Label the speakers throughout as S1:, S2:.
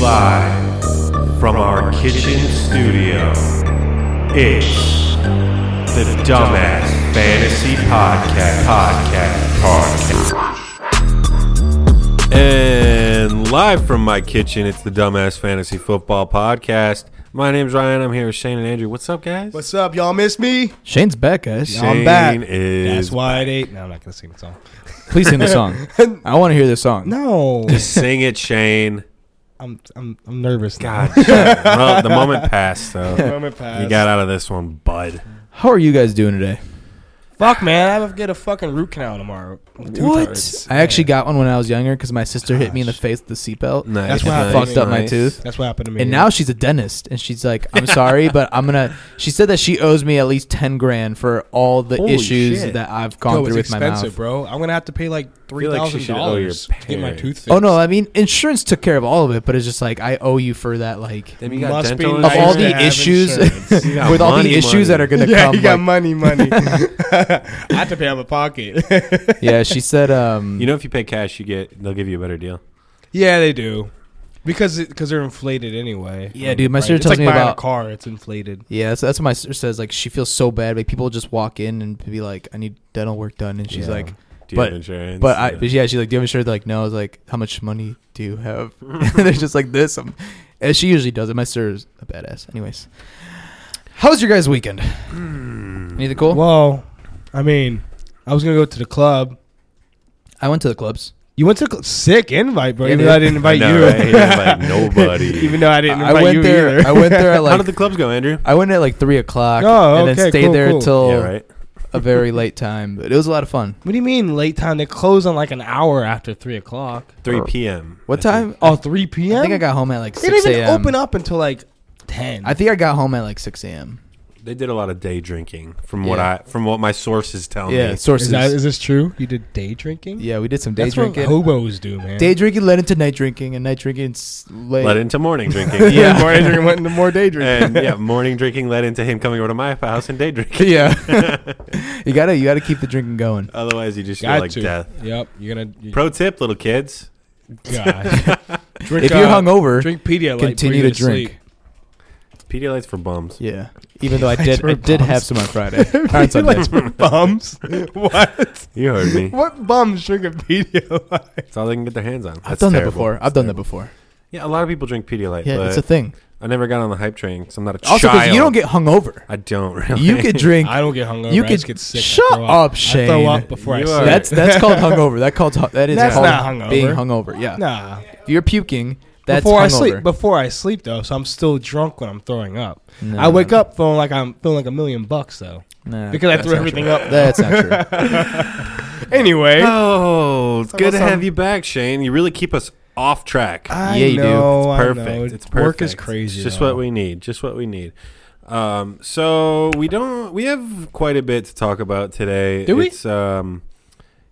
S1: live from our kitchen studio. It's the Dumbass Fantasy Podcast. Podcast. Podcast. And live from my kitchen, it's the Dumbass Fantasy Football Podcast. My name's Ryan. I'm here with Shane and Andrew. What's up, guys?
S2: What's up? Y'all miss me?
S3: Shane's back, guys.
S2: Yeah. I'm back.
S1: Shane is
S2: That's why it ain't. No, I'm not going to sing the song.
S3: Please sing the song. I want to hear this song.
S2: No.
S1: sing it, Shane.
S2: I'm, I'm, I'm nervous. now.
S1: God, well, the moment passed though.
S2: Moment passed.
S1: You got out of this one, bud.
S3: How are you guys doing today?
S2: Fuck, man. I have to get a fucking root canal tomorrow. With two thirds.
S3: I actually got one when I was younger because my sister hit me in the face with the seatbelt.
S1: Nice.
S2: That's what
S3: and
S2: I
S3: fucked up my
S1: nice.
S3: tooth.
S2: That's what happened to me.
S3: And now she's a dentist, and she's like, "I'm sorry, but I'm gonna." She said that she owes me at least ten grand for all the
S1: Holy
S3: issues
S1: shit.
S3: that I've gone
S2: Bro, it's
S3: through with my
S2: expensive,
S3: mouth.
S2: bro. I'm going to have to pay like
S1: feel like she
S2: $3,000
S1: should owe your
S2: to get my
S1: parents.
S2: tooth fixed.
S3: Oh no, I mean insurance took care of all of it, but it's just like I owe you for that, like
S1: Then you got
S2: Must
S1: dental
S2: be
S3: of all
S1: insurance.
S2: to
S3: the
S2: have
S3: issues,
S2: insurance.
S1: You got
S3: with all
S1: money,
S3: the issues
S1: money.
S3: that are gonna
S2: Yeah,
S3: come.
S2: you got
S3: like-
S2: money, money. I have to pay out of pocket.
S3: yeah, she said, um,
S1: You know, if you pay cash, you get they'll give you a better deal.
S2: yeah, they do. Because it, cause they're inflated anyway.
S3: Yeah, dude, my
S2: Right?
S3: sister
S2: It's
S3: tells
S2: like
S3: me
S2: buying
S3: about-
S2: a car. It's inflated.
S3: Yeah, that's, that's what my sister says. Like, she feels so bad. Like, people just walk in and be like, "I need dental work done," and she's
S2: Yeah.
S3: like,
S1: Do you
S3: But-
S1: have insurance?
S3: "But I, but yeah." She's like, "Do you have insurance?" They're like, "No." I was like, "How much money do you have?" and they're just like, "This." I'm, and she usually does it. My sister's a badass. Anyways, how was your guys' weekend? Anything
S2: Mm.
S3: cool?
S2: Well, I mean, I was gonna go to the club.
S3: I went to the clubs.
S2: You went to the cl- sick invite, bro.
S3: Yeah,
S2: even
S3: dude.
S2: though I didn't
S1: I
S2: invite
S1: know,
S2: you,
S1: right? He didn't invite nobody.
S2: even though I didn't
S3: I
S2: invite
S3: went
S2: you
S3: there.
S2: either.
S3: I went there at
S1: How did the
S3: like
S1: clubs go, Andrew?
S3: I went at like three o'clock.
S2: Oh,
S3: and then
S2: okay,
S3: stayed
S2: cool,
S3: there
S2: cool.
S3: until
S1: Yeah, right.
S3: a very late time. But it was a lot of fun.
S2: what do you mean late time? They close on like an hour after three o'clock.
S1: 3 p.m.
S3: What
S1: I think.
S3: time?
S2: Oh, 3 p.m.
S3: I think I got home at like
S2: They didn't
S3: six
S2: even
S3: a.m.
S2: open up until like ten.
S3: I think I got home at like six a.m.
S1: They did a lot of day drinking, from what
S3: Yeah.
S1: I from what my sources tell
S3: yeah,
S1: me.
S3: sources.
S2: is, that, is this true? You did day drinking?
S3: yeah, we did some day
S2: That's
S3: drinking.
S2: what hobos do, man.
S3: Day drinking led into night drinking, and night drinking s- led.
S1: Led into morning drinking.
S3: Yeah.
S2: more day drinking went into more day drinking.
S1: and yeah, morning drinking led into him coming over to my house and day drinking.
S3: yeah, you gotta you gotta keep the drinking going.
S1: Otherwise, you just feel
S2: Got
S1: like
S2: to.
S1: death.
S2: Yep, you're gonna. You,
S1: Pro tip, little kids.
S2: God. drink,
S3: if you're
S2: uh,
S3: hungover,
S2: drink Pedialyte.
S3: continue to drink.
S1: Pedialyte's for bums.
S3: Yeah, even though I did
S2: were
S3: I did have
S2: bums.
S3: some on Friday. on Sunday.
S2: bums? what?
S1: You heard me.
S2: What bums drink a Pedialyte?
S1: That's all they can get their hands on. That's
S3: I've done
S1: terrible.
S3: that before. I've
S1: That's
S3: done that
S1: terrible.
S3: before.
S1: Yeah, a lot of people drink Pedialyte,
S3: Yeah,
S1: but
S3: it's a thing.
S1: I never got on the hype train because I'm not a
S3: Also,
S1: child.
S3: because you don't get hungover,
S1: I don't really.
S3: you could drink.
S2: I don't get hungover.
S3: You
S2: I
S3: could-
S2: just get sick. I
S3: shut
S2: throw
S3: up,
S2: I throw
S3: Shane.
S2: up before
S1: You
S2: I
S1: are-
S2: sleep.
S3: That's that's called hungover. That called hu- that is
S2: That's
S3: called
S2: not hungover.
S3: being hungover. Yeah,
S2: nah.
S3: if you're puking. That's
S2: before
S3: hungover.
S2: I sleep. Before I sleep though, so I'm still drunk when I'm throwing up.
S3: No,
S2: I wake
S3: no,
S2: up feeling like I'm feeling like a million bucks though
S3: no,
S2: because I
S3: that's
S2: threw
S3: not
S2: everything
S3: true.
S2: up.
S3: That's not true.
S2: Anyway,
S1: Oh, it's
S2: Talk
S1: good
S2: about
S1: to have
S2: some-
S1: you back, Shane. You really keep us off track.
S2: I
S3: Yeah, you do.
S2: know. I
S1: perfect.
S2: know.
S1: It's perfect.
S2: Work is crazy.
S1: It's just
S2: though.
S1: what we need. Just what we need. Um, so we don't. We have quite a bit to talk about today.
S2: Do we?
S1: It's, um,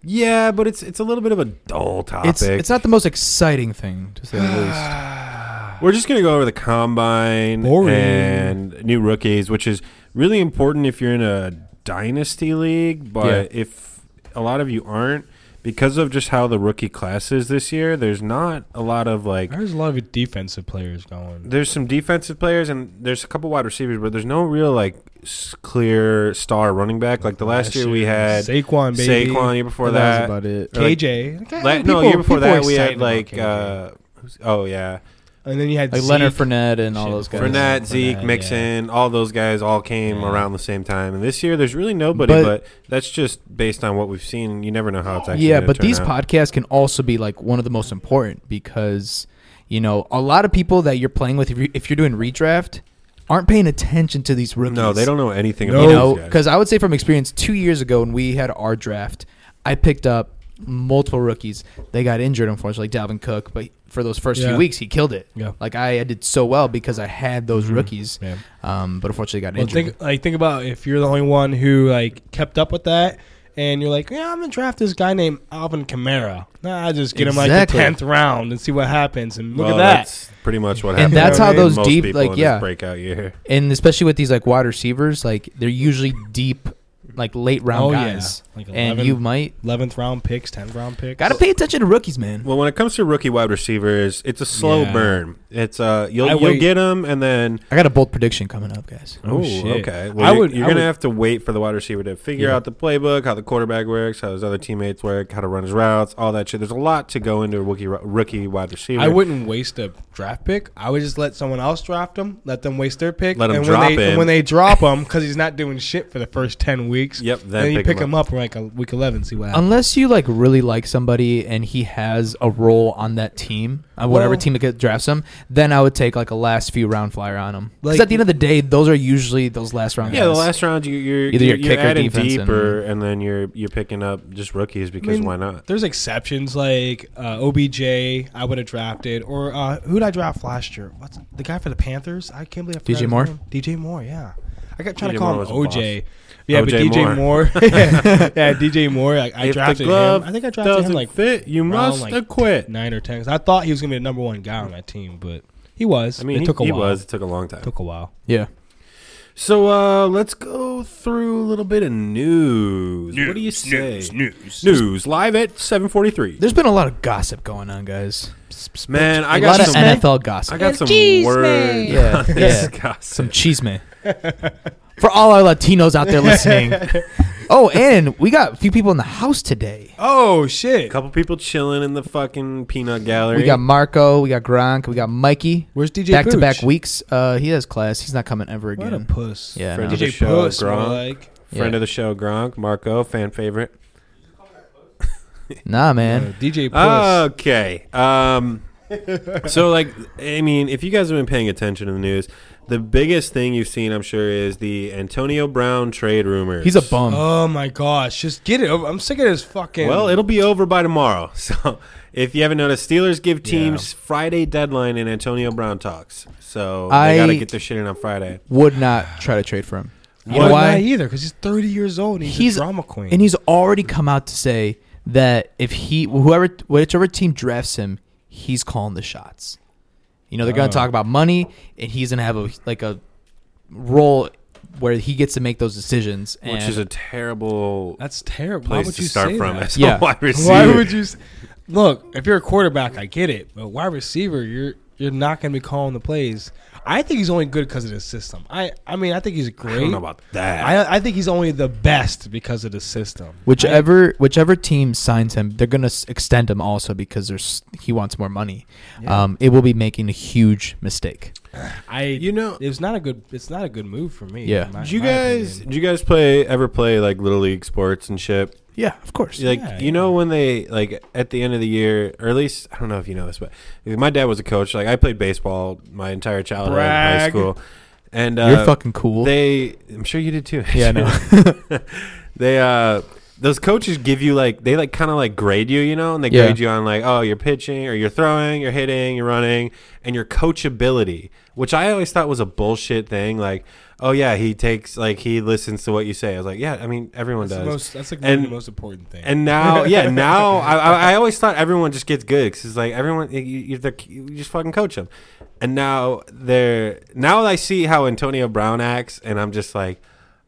S1: yeah, but it's it's a little bit of a dull topic.
S3: It's it's not the most exciting thing to say the least.
S1: We're just going to go over the combine
S2: Boring.
S1: and new rookies, which is really important if you're in a dynasty league. But if a lot of you aren't, because of just how the rookie class is this year, there's not a lot of like.
S2: There's a lot of defensive players going.
S1: There's some defensive players and there's a couple wide receivers, but there's no real like s- clear star running back. Like the last, year, we had
S2: Saquon, baby.
S1: Saquon. year before
S3: That was
S1: that,
S3: about it.
S1: or, like,
S2: KJ.
S1: la- no
S2: People-
S1: year before
S2: people
S1: that
S2: are
S1: we
S2: excited
S1: had
S2: about
S1: like.
S2: KJ.
S1: Uh, who's- oh yeah.
S2: and then you had
S3: Like
S2: Zeke.
S3: Leonard Fournette and all those guys.
S1: Fournette,
S2: Fournette,
S1: Zeke,
S2: yeah.
S1: Mixon, all those guys all came
S2: Yeah.
S1: around the same time. And this year, there's really nobody. But,
S3: But-
S1: that's just based on what we've seen. You never know how it's actually.
S3: Yeah,
S1: gonna
S3: but
S1: turn
S3: these
S1: out.
S3: podcasts can also be like one of the most important because you know a lot of people that you're playing with if, you, if you're doing redraft aren't paying attention to these rookies.
S1: No, they don't know anything
S2: No.
S3: You
S1: about
S3: know,
S1: these guys.
S3: because I would say from experience, two years ago when we had our draft, I picked up multiple rookies. They got injured, unfortunately, Dalvin Cook. But for those first
S2: Yeah.
S3: few weeks, he killed it.
S2: Yeah.
S3: Like I, I did so well because I had
S1: Mm-hmm.
S3: those rookies.
S2: Yeah.
S3: Um, but unfortunately, got
S2: Well,
S3: injured.
S2: think like think about if you're the only one who like kept up with that, and you're like, yeah, I'm gonna draft this guy named Alvin Kamara. Nah, I just get him like the
S3: Exactly.
S2: tenth round and see what happens. And look
S1: Well,
S2: at that.
S1: That's pretty much what happened.
S3: And that's
S1: to
S3: how those
S1: most
S3: deep,
S1: people
S3: like,
S1: in this
S3: yeah.
S1: breakout year.
S3: and especially with these like wide receivers, like they're usually deep like late round
S2: Oh, yeah.
S3: guys,
S2: Like
S3: and
S2: 11
S3: you might
S2: eleventh round picks, tenth round picks.
S3: gotta pay attention to rookies, man.
S1: Well, when it comes to rookie wide receivers, it's a slow
S2: Yeah.
S1: burn. It's uh, you'll
S2: I
S1: you'll
S2: wait-
S1: get them, and then
S3: I got a bold prediction coming up, guys.
S2: Oh,
S1: oh,
S2: shit.
S1: okay.
S2: I
S1: Well, you,
S2: would-
S1: you're
S2: I
S1: gonna
S2: would-
S1: have to wait for the wide receiver to figure
S3: Yeah.
S1: out the playbook, how the quarterback works, how his other teammates work, how to run his routes, all that shit. There's a lot to go into a rookie rookie wide receiver.
S2: I wouldn't waste a draft pick. I would just let someone else draft them, let them waste their pick.
S1: Let 'em
S2: and
S1: drop
S2: when they,
S1: him.
S2: And when they drop him, because he's not doing shit for the first 10 weeks.
S1: Yep, then
S2: Then, you
S1: pick
S2: pick
S1: 'em
S2: him up, in like a week 11, see what happens.
S3: Unless you like really like somebody and he has a role on that team, on whatever
S2: Well-
S3: team it gets- drafts him, then I would take like a last few round flyer on him. Because
S2: Like-
S3: at the end of the day, those are usually those last round.
S1: Yeah, the
S3: guys.
S1: last round you, you're
S3: Either
S1: you're,
S3: your
S1: you're
S3: kick or
S1: adding
S3: defense and-
S1: deeper, and, then you're you're picking up just rookies because
S2: mean,
S1: why not?
S2: There's exceptions like uh, OBJ, I would have drafted, or uh, who did I draft last year? What's the guy for the Panthers? I can't believe I forgot
S3: DJ
S2: his
S3: Moore?
S2: name. DJ Moore, yeah. I kept trying
S1: DJ
S2: to call
S1: Moore
S2: him
S1: was a
S2: OJ. Yeah, but
S1: OJ
S2: DJ Moore. yeah, DJ Moore. Like,
S1: if
S2: I
S1: the
S2: drafted him.
S1: glove
S2: I think I drafted him
S1: doesn't
S2: like
S1: fit, you must
S2: like,
S1: acquit.
S2: nine or ten. 'cause I thought he was gonna be the number one guy on that team, but he was.
S1: I mean,
S2: it
S1: he,
S2: took a
S1: he
S2: while.
S1: was. It took a long time.
S2: Took a while.
S3: Yeah.
S1: So uh, let's go through a little bit of news. what do you say? News, news, Live at seven forty-three.
S3: There's been a lot of gossip going on, guys.
S1: Man, I
S3: A
S1: got
S3: lot of
S1: some.
S3: NFL gossip.
S1: I got some
S2: Cheese
S1: words.
S2: man.
S3: Yeah,
S1: on this
S3: yeah.
S1: gossip.
S3: some cheese man. For all our Latinos out there listening. Oh, and we got a few people in the house today.
S2: Oh shit!
S1: couple people chilling in the fucking peanut gallery.
S3: We got Marco, we got Gronk, we got Mikey.
S2: Where's DJ
S3: Back to back
S2: Pooch?
S3: weeks. Uh, he has class. He's not coming ever
S2: What a
S3: again.
S2: puss!
S3: Yeah, I
S1: Friend
S3: know.
S1: of the
S2: DJ
S1: show,
S2: Puss, more
S1: Gronk.
S2: like
S1: friend
S3: Yeah.
S1: of the show, Gronk, Marco, fan favorite.
S3: Nah,
S2: Uh,
S3: man.
S2: DJ Puss.
S1: Ah, Okay. Um, so, like, I mean, if you guys have been paying attention to the news, the biggest thing you've seen, I'm sure, is the Antonio Brown trade rumors.
S3: He's a bum.
S2: oh my gosh! Just get it. over. I'm sick of this fucking.
S1: Um, Well, it'll be over by tomorrow. So, if you haven't noticed, Steelers give teams Friday deadline and Antonio Brown talks. So,
S3: I-
S1: they got to get their shit in on Friday.
S3: Would not try to trade for him. You
S2: you
S3: know
S2: know
S3: why?
S2: Not either because he's 30 years old. And he's,
S3: He's-
S2: a drama queen.
S3: And he's already come out to say that if he, whoever, whichever team drafts him, he's calling the shots. You know, they're going
S2: Oh.
S3: to talk about money, and he's going to have a like a role where he gets to make those decisions. And
S1: Which is a terrible
S2: That's terrible. Why
S1: place
S2: would
S1: to
S2: you
S1: start
S2: say
S1: from
S2: that?
S1: as
S3: Yeah.
S1: a wide receiver.
S2: Why would you? s- Look, if you're a quarterback, I get it, but wide receiver, you're you're not going to be calling the plays. I think he's only good because of the system. I I mean, I think he's great.
S1: I don't know about that.
S2: I, uh, I think he's only the best because of the system.
S3: whichever whichever team signs him, they're going to extend him also because there's he wants more money.
S2: Yeah.
S3: Um, it will be making a huge mistake.
S2: I
S1: you know,
S2: it was not a good it's not a good move for me.
S3: Yeah.
S2: in my-
S1: Did you
S2: my
S1: guys?
S2: opinion.
S1: Did you guys play ever play like little league sports and shit?
S3: Yeah, of course.
S1: Like
S2: Yeah,
S1: you know when they like at the end of the year, or at least I don't know if you know this, but my dad was a coach. Like I played baseball my entire childhood, in high
S2: Brag.
S1: school, and uh,
S3: You're fucking cool.
S1: They, I'm sure you did too.
S3: Yeah, I know.
S1: they uh, those coaches give you like they like kind of like grade you, you know, and they
S3: Yeah.
S1: grade you on like oh you're pitching or you're throwing, you're hitting, you're running, and your coachability, which I always thought was a bullshit thing. Like oh yeah, he takes like he listens to what you say. I was like yeah, I mean everyone
S2: that's the
S1: does.
S2: most that's like
S1: And-
S2: the most important thing.
S1: And now, yeah, now I, I, I always thought everyone just gets good because it's like everyone you, you, they're- you just fucking coach them. And now they're now I see how Antonio Brown acts, and I'm just like,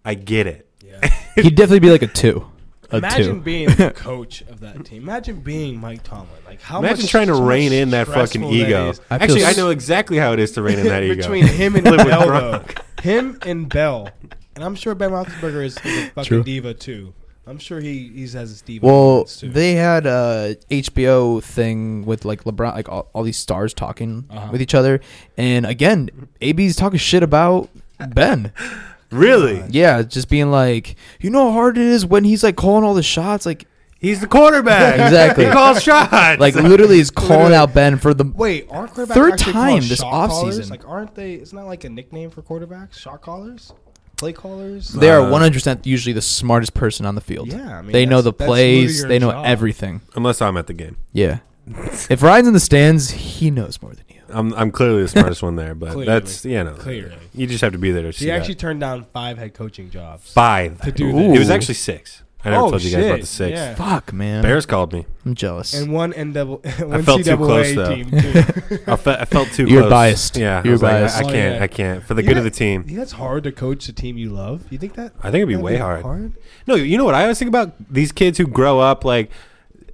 S1: I get it.
S2: yeah.
S3: He'd definitely be like a two. A
S2: Imagine
S3: two.
S2: being the coach of that team. Imagine being Mike Tomlin. Like how
S1: Imagine
S2: much
S1: trying to
S2: so much
S1: rein in that
S2: stressful
S1: fucking
S2: that
S1: ego.
S2: is.
S3: I feel
S1: Actually, I
S3: s-
S1: know exactly how it is to rein in that ego.
S2: between him and
S1: Live with
S2: Bell, though.
S1: Gronk.
S2: him and Bell, and I'm sure Ben Roethlisberger is, is a fucking
S3: True.
S2: diva too. I'm sure he he has his diva.
S3: Well,
S2: moments, too.
S3: they had a HBO thing with like LeBron, like all, all these stars talking
S2: Uh-huh.
S3: with each other, and again, AB's talking shit about Ben.
S1: really,
S3: yeah, just being like, you know how hard it is when he's like calling all the shots, like,
S1: he's the quarterback.
S3: Exactly.
S1: he calls shots.
S3: like literally is calling out Ben for the
S2: wait aren't quarterbacks
S3: Third
S2: actually
S3: time
S2: called
S3: this
S2: shot
S3: offseason.
S2: callers? Like aren't they? It's not like a nickname for quarterbacks. Shot callers, play callers.
S3: They are
S1: Uh,
S3: 100% usually the smartest person on the field.
S2: Uh-huh. Yeah, I mean,
S3: they know
S2: that's-
S3: the
S2: that's
S3: plays,
S2: literally
S3: they know
S2: your job.
S3: everything.
S1: unless I'm at the game,
S3: Yeah. if Ryan's in the stands, he knows more than you.
S1: I'm I'm clearly the smartest one there. But
S2: Clearly.
S1: that's you know,
S2: Clearly.
S1: you just have to be there to see
S2: He
S1: that.
S2: actually turned down five head coaching jobs.
S1: five
S2: To do
S1: It was
S3: Ooh.
S1: actually six. I never
S2: Oh,
S1: told you guys about
S2: shit,
S1: the six.
S2: yeah.
S3: Fuck, man.
S1: Bears called me.
S3: I'm jealous.
S2: and one NW, one
S1: felt too
S2: CAA
S1: close, though.
S2: team. Too.
S1: I, fe- I felt too.
S3: You're
S1: close.
S3: biased.
S1: Yeah, I
S3: You're
S1: was like, I-
S3: biased.
S1: I,
S2: Oh,
S1: can't.
S2: yeah.
S1: I can't. For the
S2: You
S1: good of
S2: know-
S1: the team.
S2: You think it's hard to coach the team you love? You think that?
S1: I think it'd be
S2: that'd
S1: way hard. No, you know what I always think about these kids who grow up like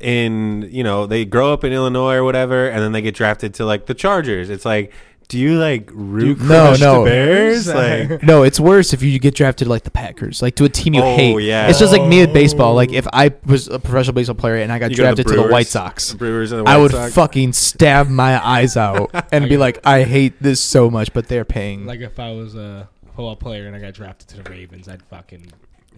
S1: in you know they grow up in Illinois or whatever, and then they get drafted to like the Chargers. It's like, do you like root for
S3: No,
S1: the
S3: no.
S1: Bears? Like,
S3: no, it's worse if you get drafted to, like the Packers, like to a team you
S1: Oh,
S3: hate.
S1: yeah.
S3: It's just like me with baseball.
S2: Oh.
S3: Like if I was a professional baseball player and I got
S1: You go to the
S3: drafted to the
S1: Brewers,
S3: White Sox,
S1: the Brewers and the
S3: I
S1: White
S3: would
S1: Sox.
S3: fucking stab my eyes out and be like, I hate this so much, but they're paying.
S2: Like if I was a football player and I got drafted to the Ravens, I'd fucking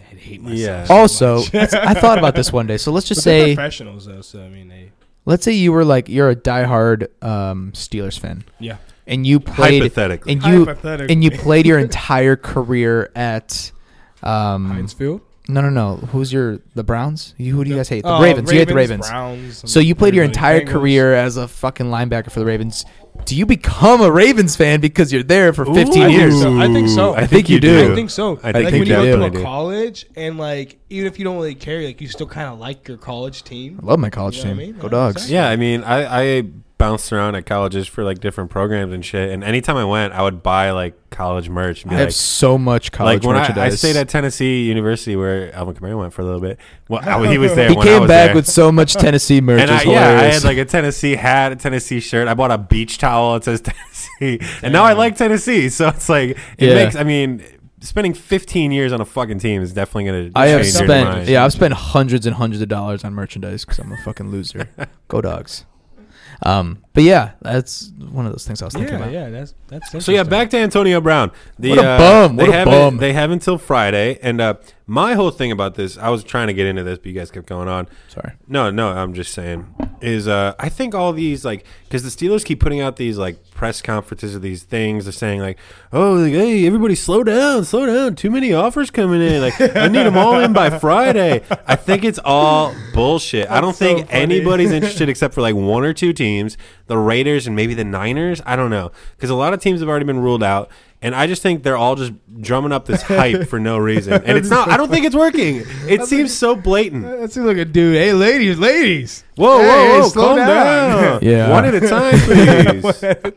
S2: I'd hate myself.
S1: Yeah.
S2: so
S3: also,
S2: much.
S3: that's- I thought about this one day. So let's just
S2: But they're
S3: say,
S2: professionals though, so I mean they.
S3: let's say you were like you're a diehard um, Steelers fan,
S2: Yeah.
S3: and you played
S1: hypothetically.
S3: and you
S2: Hypothetically.
S3: and you played your entire career at um,
S2: Hinesfield.
S3: No, no, no. Who's your the Browns? You who do you guys hate? The
S2: Oh,
S3: Ravens. You hate the Ravens.
S2: Browns,
S3: So you played your
S2: everybody.
S3: entire
S2: Bengals.
S3: career as a fucking linebacker for the Ravens. Do you become a Ravens fan because you're there for 15
S1: Ooh.
S3: years?
S2: so. I think so.
S1: I think you do.
S2: I think so.
S1: I think
S2: like
S1: you
S2: when you go
S1: definitely
S2: to
S1: do.
S2: a college and like even if you don't really care, like you still kind of like your college team.
S3: I love my college
S2: You know what
S3: team.
S2: I mean?
S3: Go
S2: Yeah,
S3: Dogs.
S2: exactly.
S1: Yeah, I mean, I, I bounced around at colleges for like different programs and shit. And anytime I went, I would buy like college merch and
S3: I
S1: be
S3: have
S1: like,
S3: so much college
S1: like when I, I
S3: merchandise.
S1: stayed at Tennessee University where Alvin Kamara went for a little bit. Well, I- he was there.
S3: he
S1: when I
S3: came
S1: was
S3: back
S1: there.
S3: with so much Tennessee merch.
S1: And I,
S3: It's
S1: yeah, I
S3: hilarious.
S1: had like a Tennessee hat, a Tennessee shirt. I bought a beach towel that says Tennessee, and now I like Tennessee. So it's like it
S3: Yeah.
S1: makes. I mean, spending 15 years on a fucking team is definitely gonna.
S3: I have
S1: change your
S3: spent
S1: mind.
S3: yeah, I've spent hundreds and hundreds of dollars on merchandise because I'm a fucking loser. Go Dogs. Um, but yeah, that's one of those things I was thinking
S2: Yeah,
S3: about.
S2: yeah, that's that's
S1: So yeah,
S2: interesting.
S1: back to Antonio Brown. The, uh,
S3: What a bum.
S1: they
S3: What a
S1: have
S3: bum.
S1: They have until Friday, and uh, my whole thing about this, I was trying to get into this, but you guys kept going on.
S3: Sorry.
S1: No, no, I'm just saying is uh, I think all these like because the Steelers keep putting out these like press conferences or these things. They're saying like, oh, like, hey, everybody, slow down, slow down. Too many offers coming in. Like I need them all in by Friday. I think it's all bullshit. I don't
S2: so
S1: think
S2: funny.
S1: anybody's interested except for like one or two teams, the Raiders and maybe the Niners. I don't know because a lot of teams have already been ruled out. And I just think they're all just drumming up this hype for no reason, and it's not. I don't think it's working. It seems so blatant.
S2: That seems like a dude. Hey, ladies, ladies.
S1: Whoa,
S2: Hey,
S1: whoa, whoa!
S2: slow
S1: Calm down.
S2: down.
S3: Yeah.
S1: One at a time,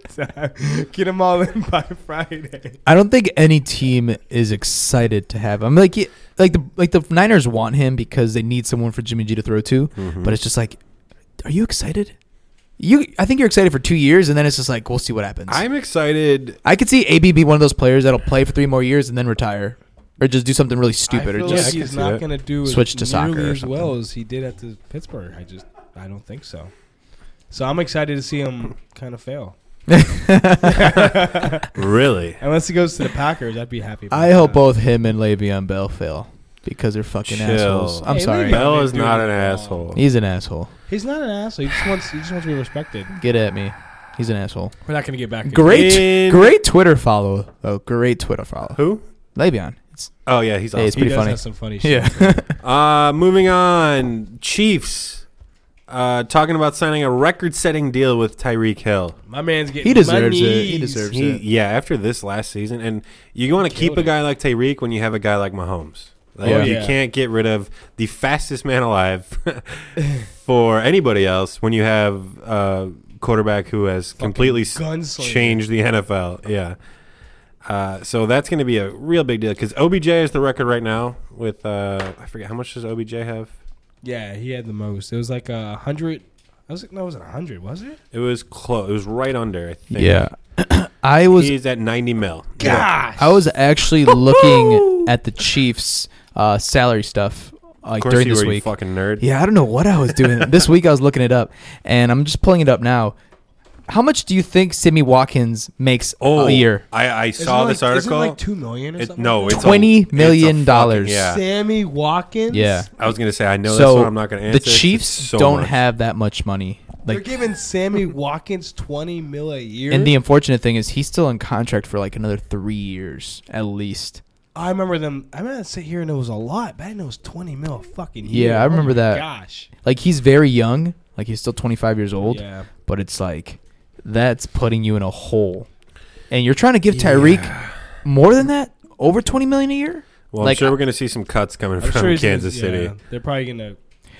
S1: please.
S2: Get them all in by Friday.
S3: I don't think any team is excited to have him. Like, y- like the like the Niners want him because they need someone for Jimmy G to throw to.
S1: Mm-hmm.
S3: But it's just like, are you excited? You, I think you're excited for two years, and then it's just like we'll see what happens. i
S1: I'm excited.
S3: could see AB be one of those players that'll play for three more years and then retire, or just do something really stupid,
S2: I
S3: or
S2: feel
S1: Yeah, I
S2: like
S3: just
S1: can
S2: he's
S1: see
S2: not
S1: that.
S2: going to do
S3: Switch
S2: switch
S3: to
S2: to
S3: soccer or
S2: as well
S3: something.
S2: as he did at the Pittsburgh. I just I don't think so. So I'm excited to see him kind of fail.
S1: Really?
S2: Unless he goes to the Packers, I'd be happy. about
S3: I hope
S2: that.
S3: both him and Le'Veon Bell fail because they're fucking
S1: Chill.
S3: assholes. I'm
S2: Hey,
S3: sorry,
S2: Le'Veon-
S1: Bell is
S2: Dude,
S1: not an
S2: come on.
S1: asshole.
S3: he's an asshole.
S2: He's not an asshole. He just wants he just wants to be respected.
S3: Get at me, he's an asshole.
S2: We're not going to get back. into
S3: Great,
S1: In-
S3: great Twitter follow. Oh, great Twitter follow.
S1: Who?
S3: Le'Veon. It's
S1: Oh yeah, he's
S3: Hey,
S2: it.
S1: awesome.
S2: He
S3: pretty
S2: does
S3: funny.
S2: have some funny shit.
S3: yeah.
S1: Uh, moving on. Chiefs. Uh, talking about signing a record-setting deal with Tyreek Hill.
S2: My man's getting
S3: He deserves it.
S2: monies.
S3: He deserves
S1: He,
S3: it.
S1: yeah, after this last season, and you want to keep
S2: killed
S1: a
S2: it.
S1: guy like Tyreek when you have a guy like Mahomes. Like,
S3: Yeah.
S1: You
S2: Yeah.
S1: can't get rid of the fastest man alive for anybody else when you have a quarterback who has completely s-
S2: gunslinger.
S1: changed the NFL. Yeah. Uh, so that's going to be a real big deal because OBJ is the record right now with uh, I forget how much does OBJ have.
S2: Yeah, he had the most. It was like a hundred. I was like, no, it was a hundred, was it?
S1: It was close. It was right under. I think.
S3: Yeah. I was
S1: he's at ninety mil.
S2: Gosh.
S3: I was actually looking at the Chiefs uh, salary stuff
S1: Of
S3: like
S1: course
S3: during
S1: you
S3: this
S1: were, you
S3: week.
S1: fucking nerd.
S3: Yeah, I don't know what I was doing. this week I was looking it up and I'm just pulling it up now. How much do you think Sammy Watkins makes
S1: Oh,
S3: a year?
S1: I, I
S2: Isn't
S1: saw
S2: it
S1: this
S2: like- isn't it
S1: article.
S2: like two million or
S1: It-
S2: something.
S1: no,
S2: like that?
S1: it's
S3: Twenty
S1: a- it's a
S3: million
S1: fucking-
S3: dollars.
S1: yeah.
S2: Sammy Watkins.
S3: Yeah.
S1: I was gonna say I know that's
S3: so
S1: what I'm not gonna answer.
S3: the
S1: 'cause it's
S3: Chiefs
S1: so
S3: don't
S1: much.
S3: have that much money.
S2: They're
S3: Like
S2: giving Sammy Watkins twenty mil a year.
S3: and the unfortunate thing is he's still on contract for like another three years at least.
S2: I remember them. I remember sit here and it was a lot, but I didn't know it was twenty mil a fucking
S3: Yeah,
S2: year.
S3: I remember
S2: oh my
S3: that.
S2: Gosh.
S3: Like he's very young, like he's still 25 years old.
S2: Yeah.
S3: but it's like that's putting you in a hole. And you're trying to give Tyreek more than that, over 20 million a year?
S1: Well, I'm
S3: Like,
S1: sure
S3: I-
S1: we're going to see some cuts coming
S2: I'm
S1: from
S2: sure he's gonna-
S1: Kansas City.
S2: yeah, they're probably gonna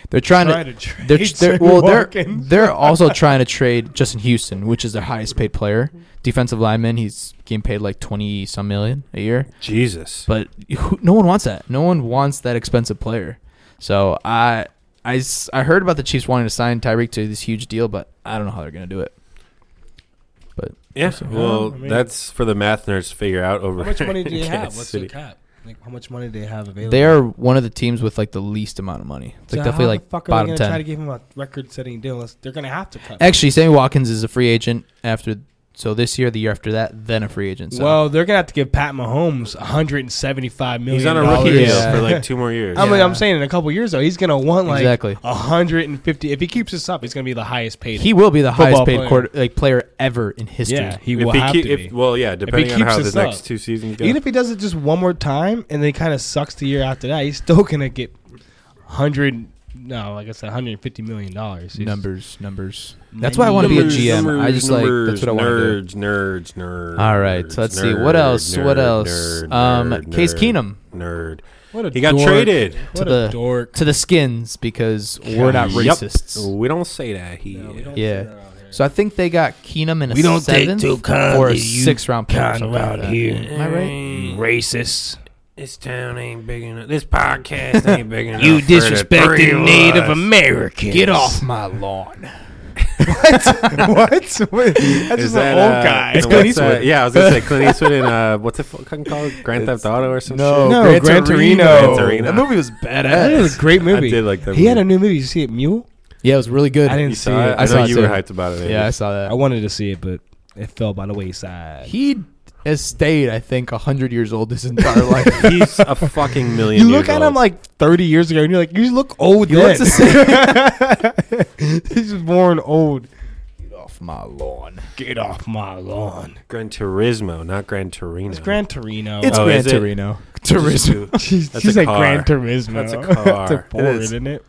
S3: They're trying
S2: try
S3: to.
S2: to trade.
S3: They're, tr- they're
S2: Sammy
S3: well. They're
S2: Watkins.
S3: they're also trying to trade Justin Houston, which is their highest paid player, defensive lineman. He's getting paid like twenty some million a year.
S1: Jesus.
S3: But who, no one wants that. No one wants that expensive player. So I, I, s- I heard about the Chiefs wanting to sign Tyreek to this huge deal, but I don't know how they're going to do it. But
S1: yeah.
S3: so-
S1: Well,
S2: I mean-
S1: that's for the math nerds to figure out over
S2: How much money do
S1: in
S2: they have?
S1: Kansas
S2: What's
S1: City.
S2: the cap? Like how much money do they have available?
S3: they are one of the teams with like the least amount of money. It's
S2: So
S3: like
S2: how
S3: definitely
S2: the
S3: like
S2: fuck are
S3: bottom
S2: they gonna
S3: ten.
S2: Try to give him a record-setting deal. Unless they're gonna have to cut.
S3: Actually, Sammy Watkins is a free agent after so this year, the year after that, then a free agent. So.
S2: Well, they're gonna have to give Pat Mahomes 175 million.
S1: He's on a rookie
S3: dollars.
S1: deal
S3: Yeah.
S1: for like two more years.
S2: I mean,
S3: Yeah.
S2: I'm saying in a couple years though, he's gonna want like
S3: Exactly.
S2: 150. If he keeps this up, he's gonna be the highest paid.
S3: he will be the
S2: Football
S3: highest paid
S2: player.
S3: quarter, like player ever in history.
S2: yeah, he
S1: if
S2: will
S1: he
S2: have
S1: keep,
S2: to
S1: if,
S2: be.
S1: well, yeah, depending on
S2: keeps
S1: how
S2: this
S1: the next
S2: up-
S1: two seasons go.
S2: Even if he does it just one more time and then kind of sucks the year after that, he's still gonna get 100. No, like I said, 150 million dollars. He's-
S3: Numbers, numbers. That's why I want to be a
S1: Numbers,
S3: GM. I
S1: numbers,
S3: just like
S1: numbers,
S3: that's what I want to do.
S1: Nerds, nerds, nerds.
S3: All right, so let's see. What else? What else? Um, Case Keenum.
S1: Nerd.
S2: What a
S1: He got
S2: dork.
S1: traded.
S2: What a
S3: to the-
S2: dork.
S3: to the skins because we're not
S1: Yep.
S3: racists.
S1: We don't say that here.
S2: No, we don't
S3: Yeah.
S2: do that out here.
S3: So I think they got Keenum in a
S4: We don't take
S3: seventh
S4: too kindly
S3: or a
S4: to you
S3: six round pick. or
S4: kind
S3: something like
S4: around
S3: that.
S4: here.
S3: Am I right?
S4: Racists.
S1: Mm. This town ain't big enough. This podcast ain't big enough.
S4: You disrespecting Native Americans.
S3: Get off my lawn.
S2: what? That's just an old
S1: uh,
S2: guy.
S1: It's Clint Eastwood. Yeah, I was gonna say Clint Eastwood in uh, what's it fucking called? Grand Theft Auto or some shit.
S2: No, Gran Gran Torino. Torino.
S1: Gran Torino.
S3: That movie was
S2: That was
S3: badass.
S2: a great movie.
S1: I did like that.
S2: he had a
S1: movie.
S2: new movie. You see it, Mule?
S3: Yeah, it was really good.
S2: I didn't
S1: You
S2: see
S1: saw
S2: it.
S1: it. I,
S3: I saw
S1: know
S3: it
S1: you were
S3: too.
S1: hyped about it.
S3: Yeah, I saw
S2: I
S3: that.
S2: wanted to see it, but it fell by the wayside.
S3: He has stayed, I think, hundred years old his entire life.
S1: he's a fucking million.
S2: you look
S1: years
S2: at him
S1: old.
S2: like 30 years ago, and you're like, you look old.
S3: He looks the
S2: then. He's just born old.
S3: Get off my lawn.
S2: Get off my lawn.
S1: Gran Turismo, not Gran Torino.
S2: It's Gran Torino.
S3: It's
S1: Oh,
S3: Gran
S1: is it?
S3: Torino. Turismo.
S2: she's
S1: that's
S2: she's
S1: a
S2: like Gran
S1: car.
S2: Turismo.
S1: That's a
S2: That's a
S1: car.
S2: Ford,
S3: It is.
S2: isn't it?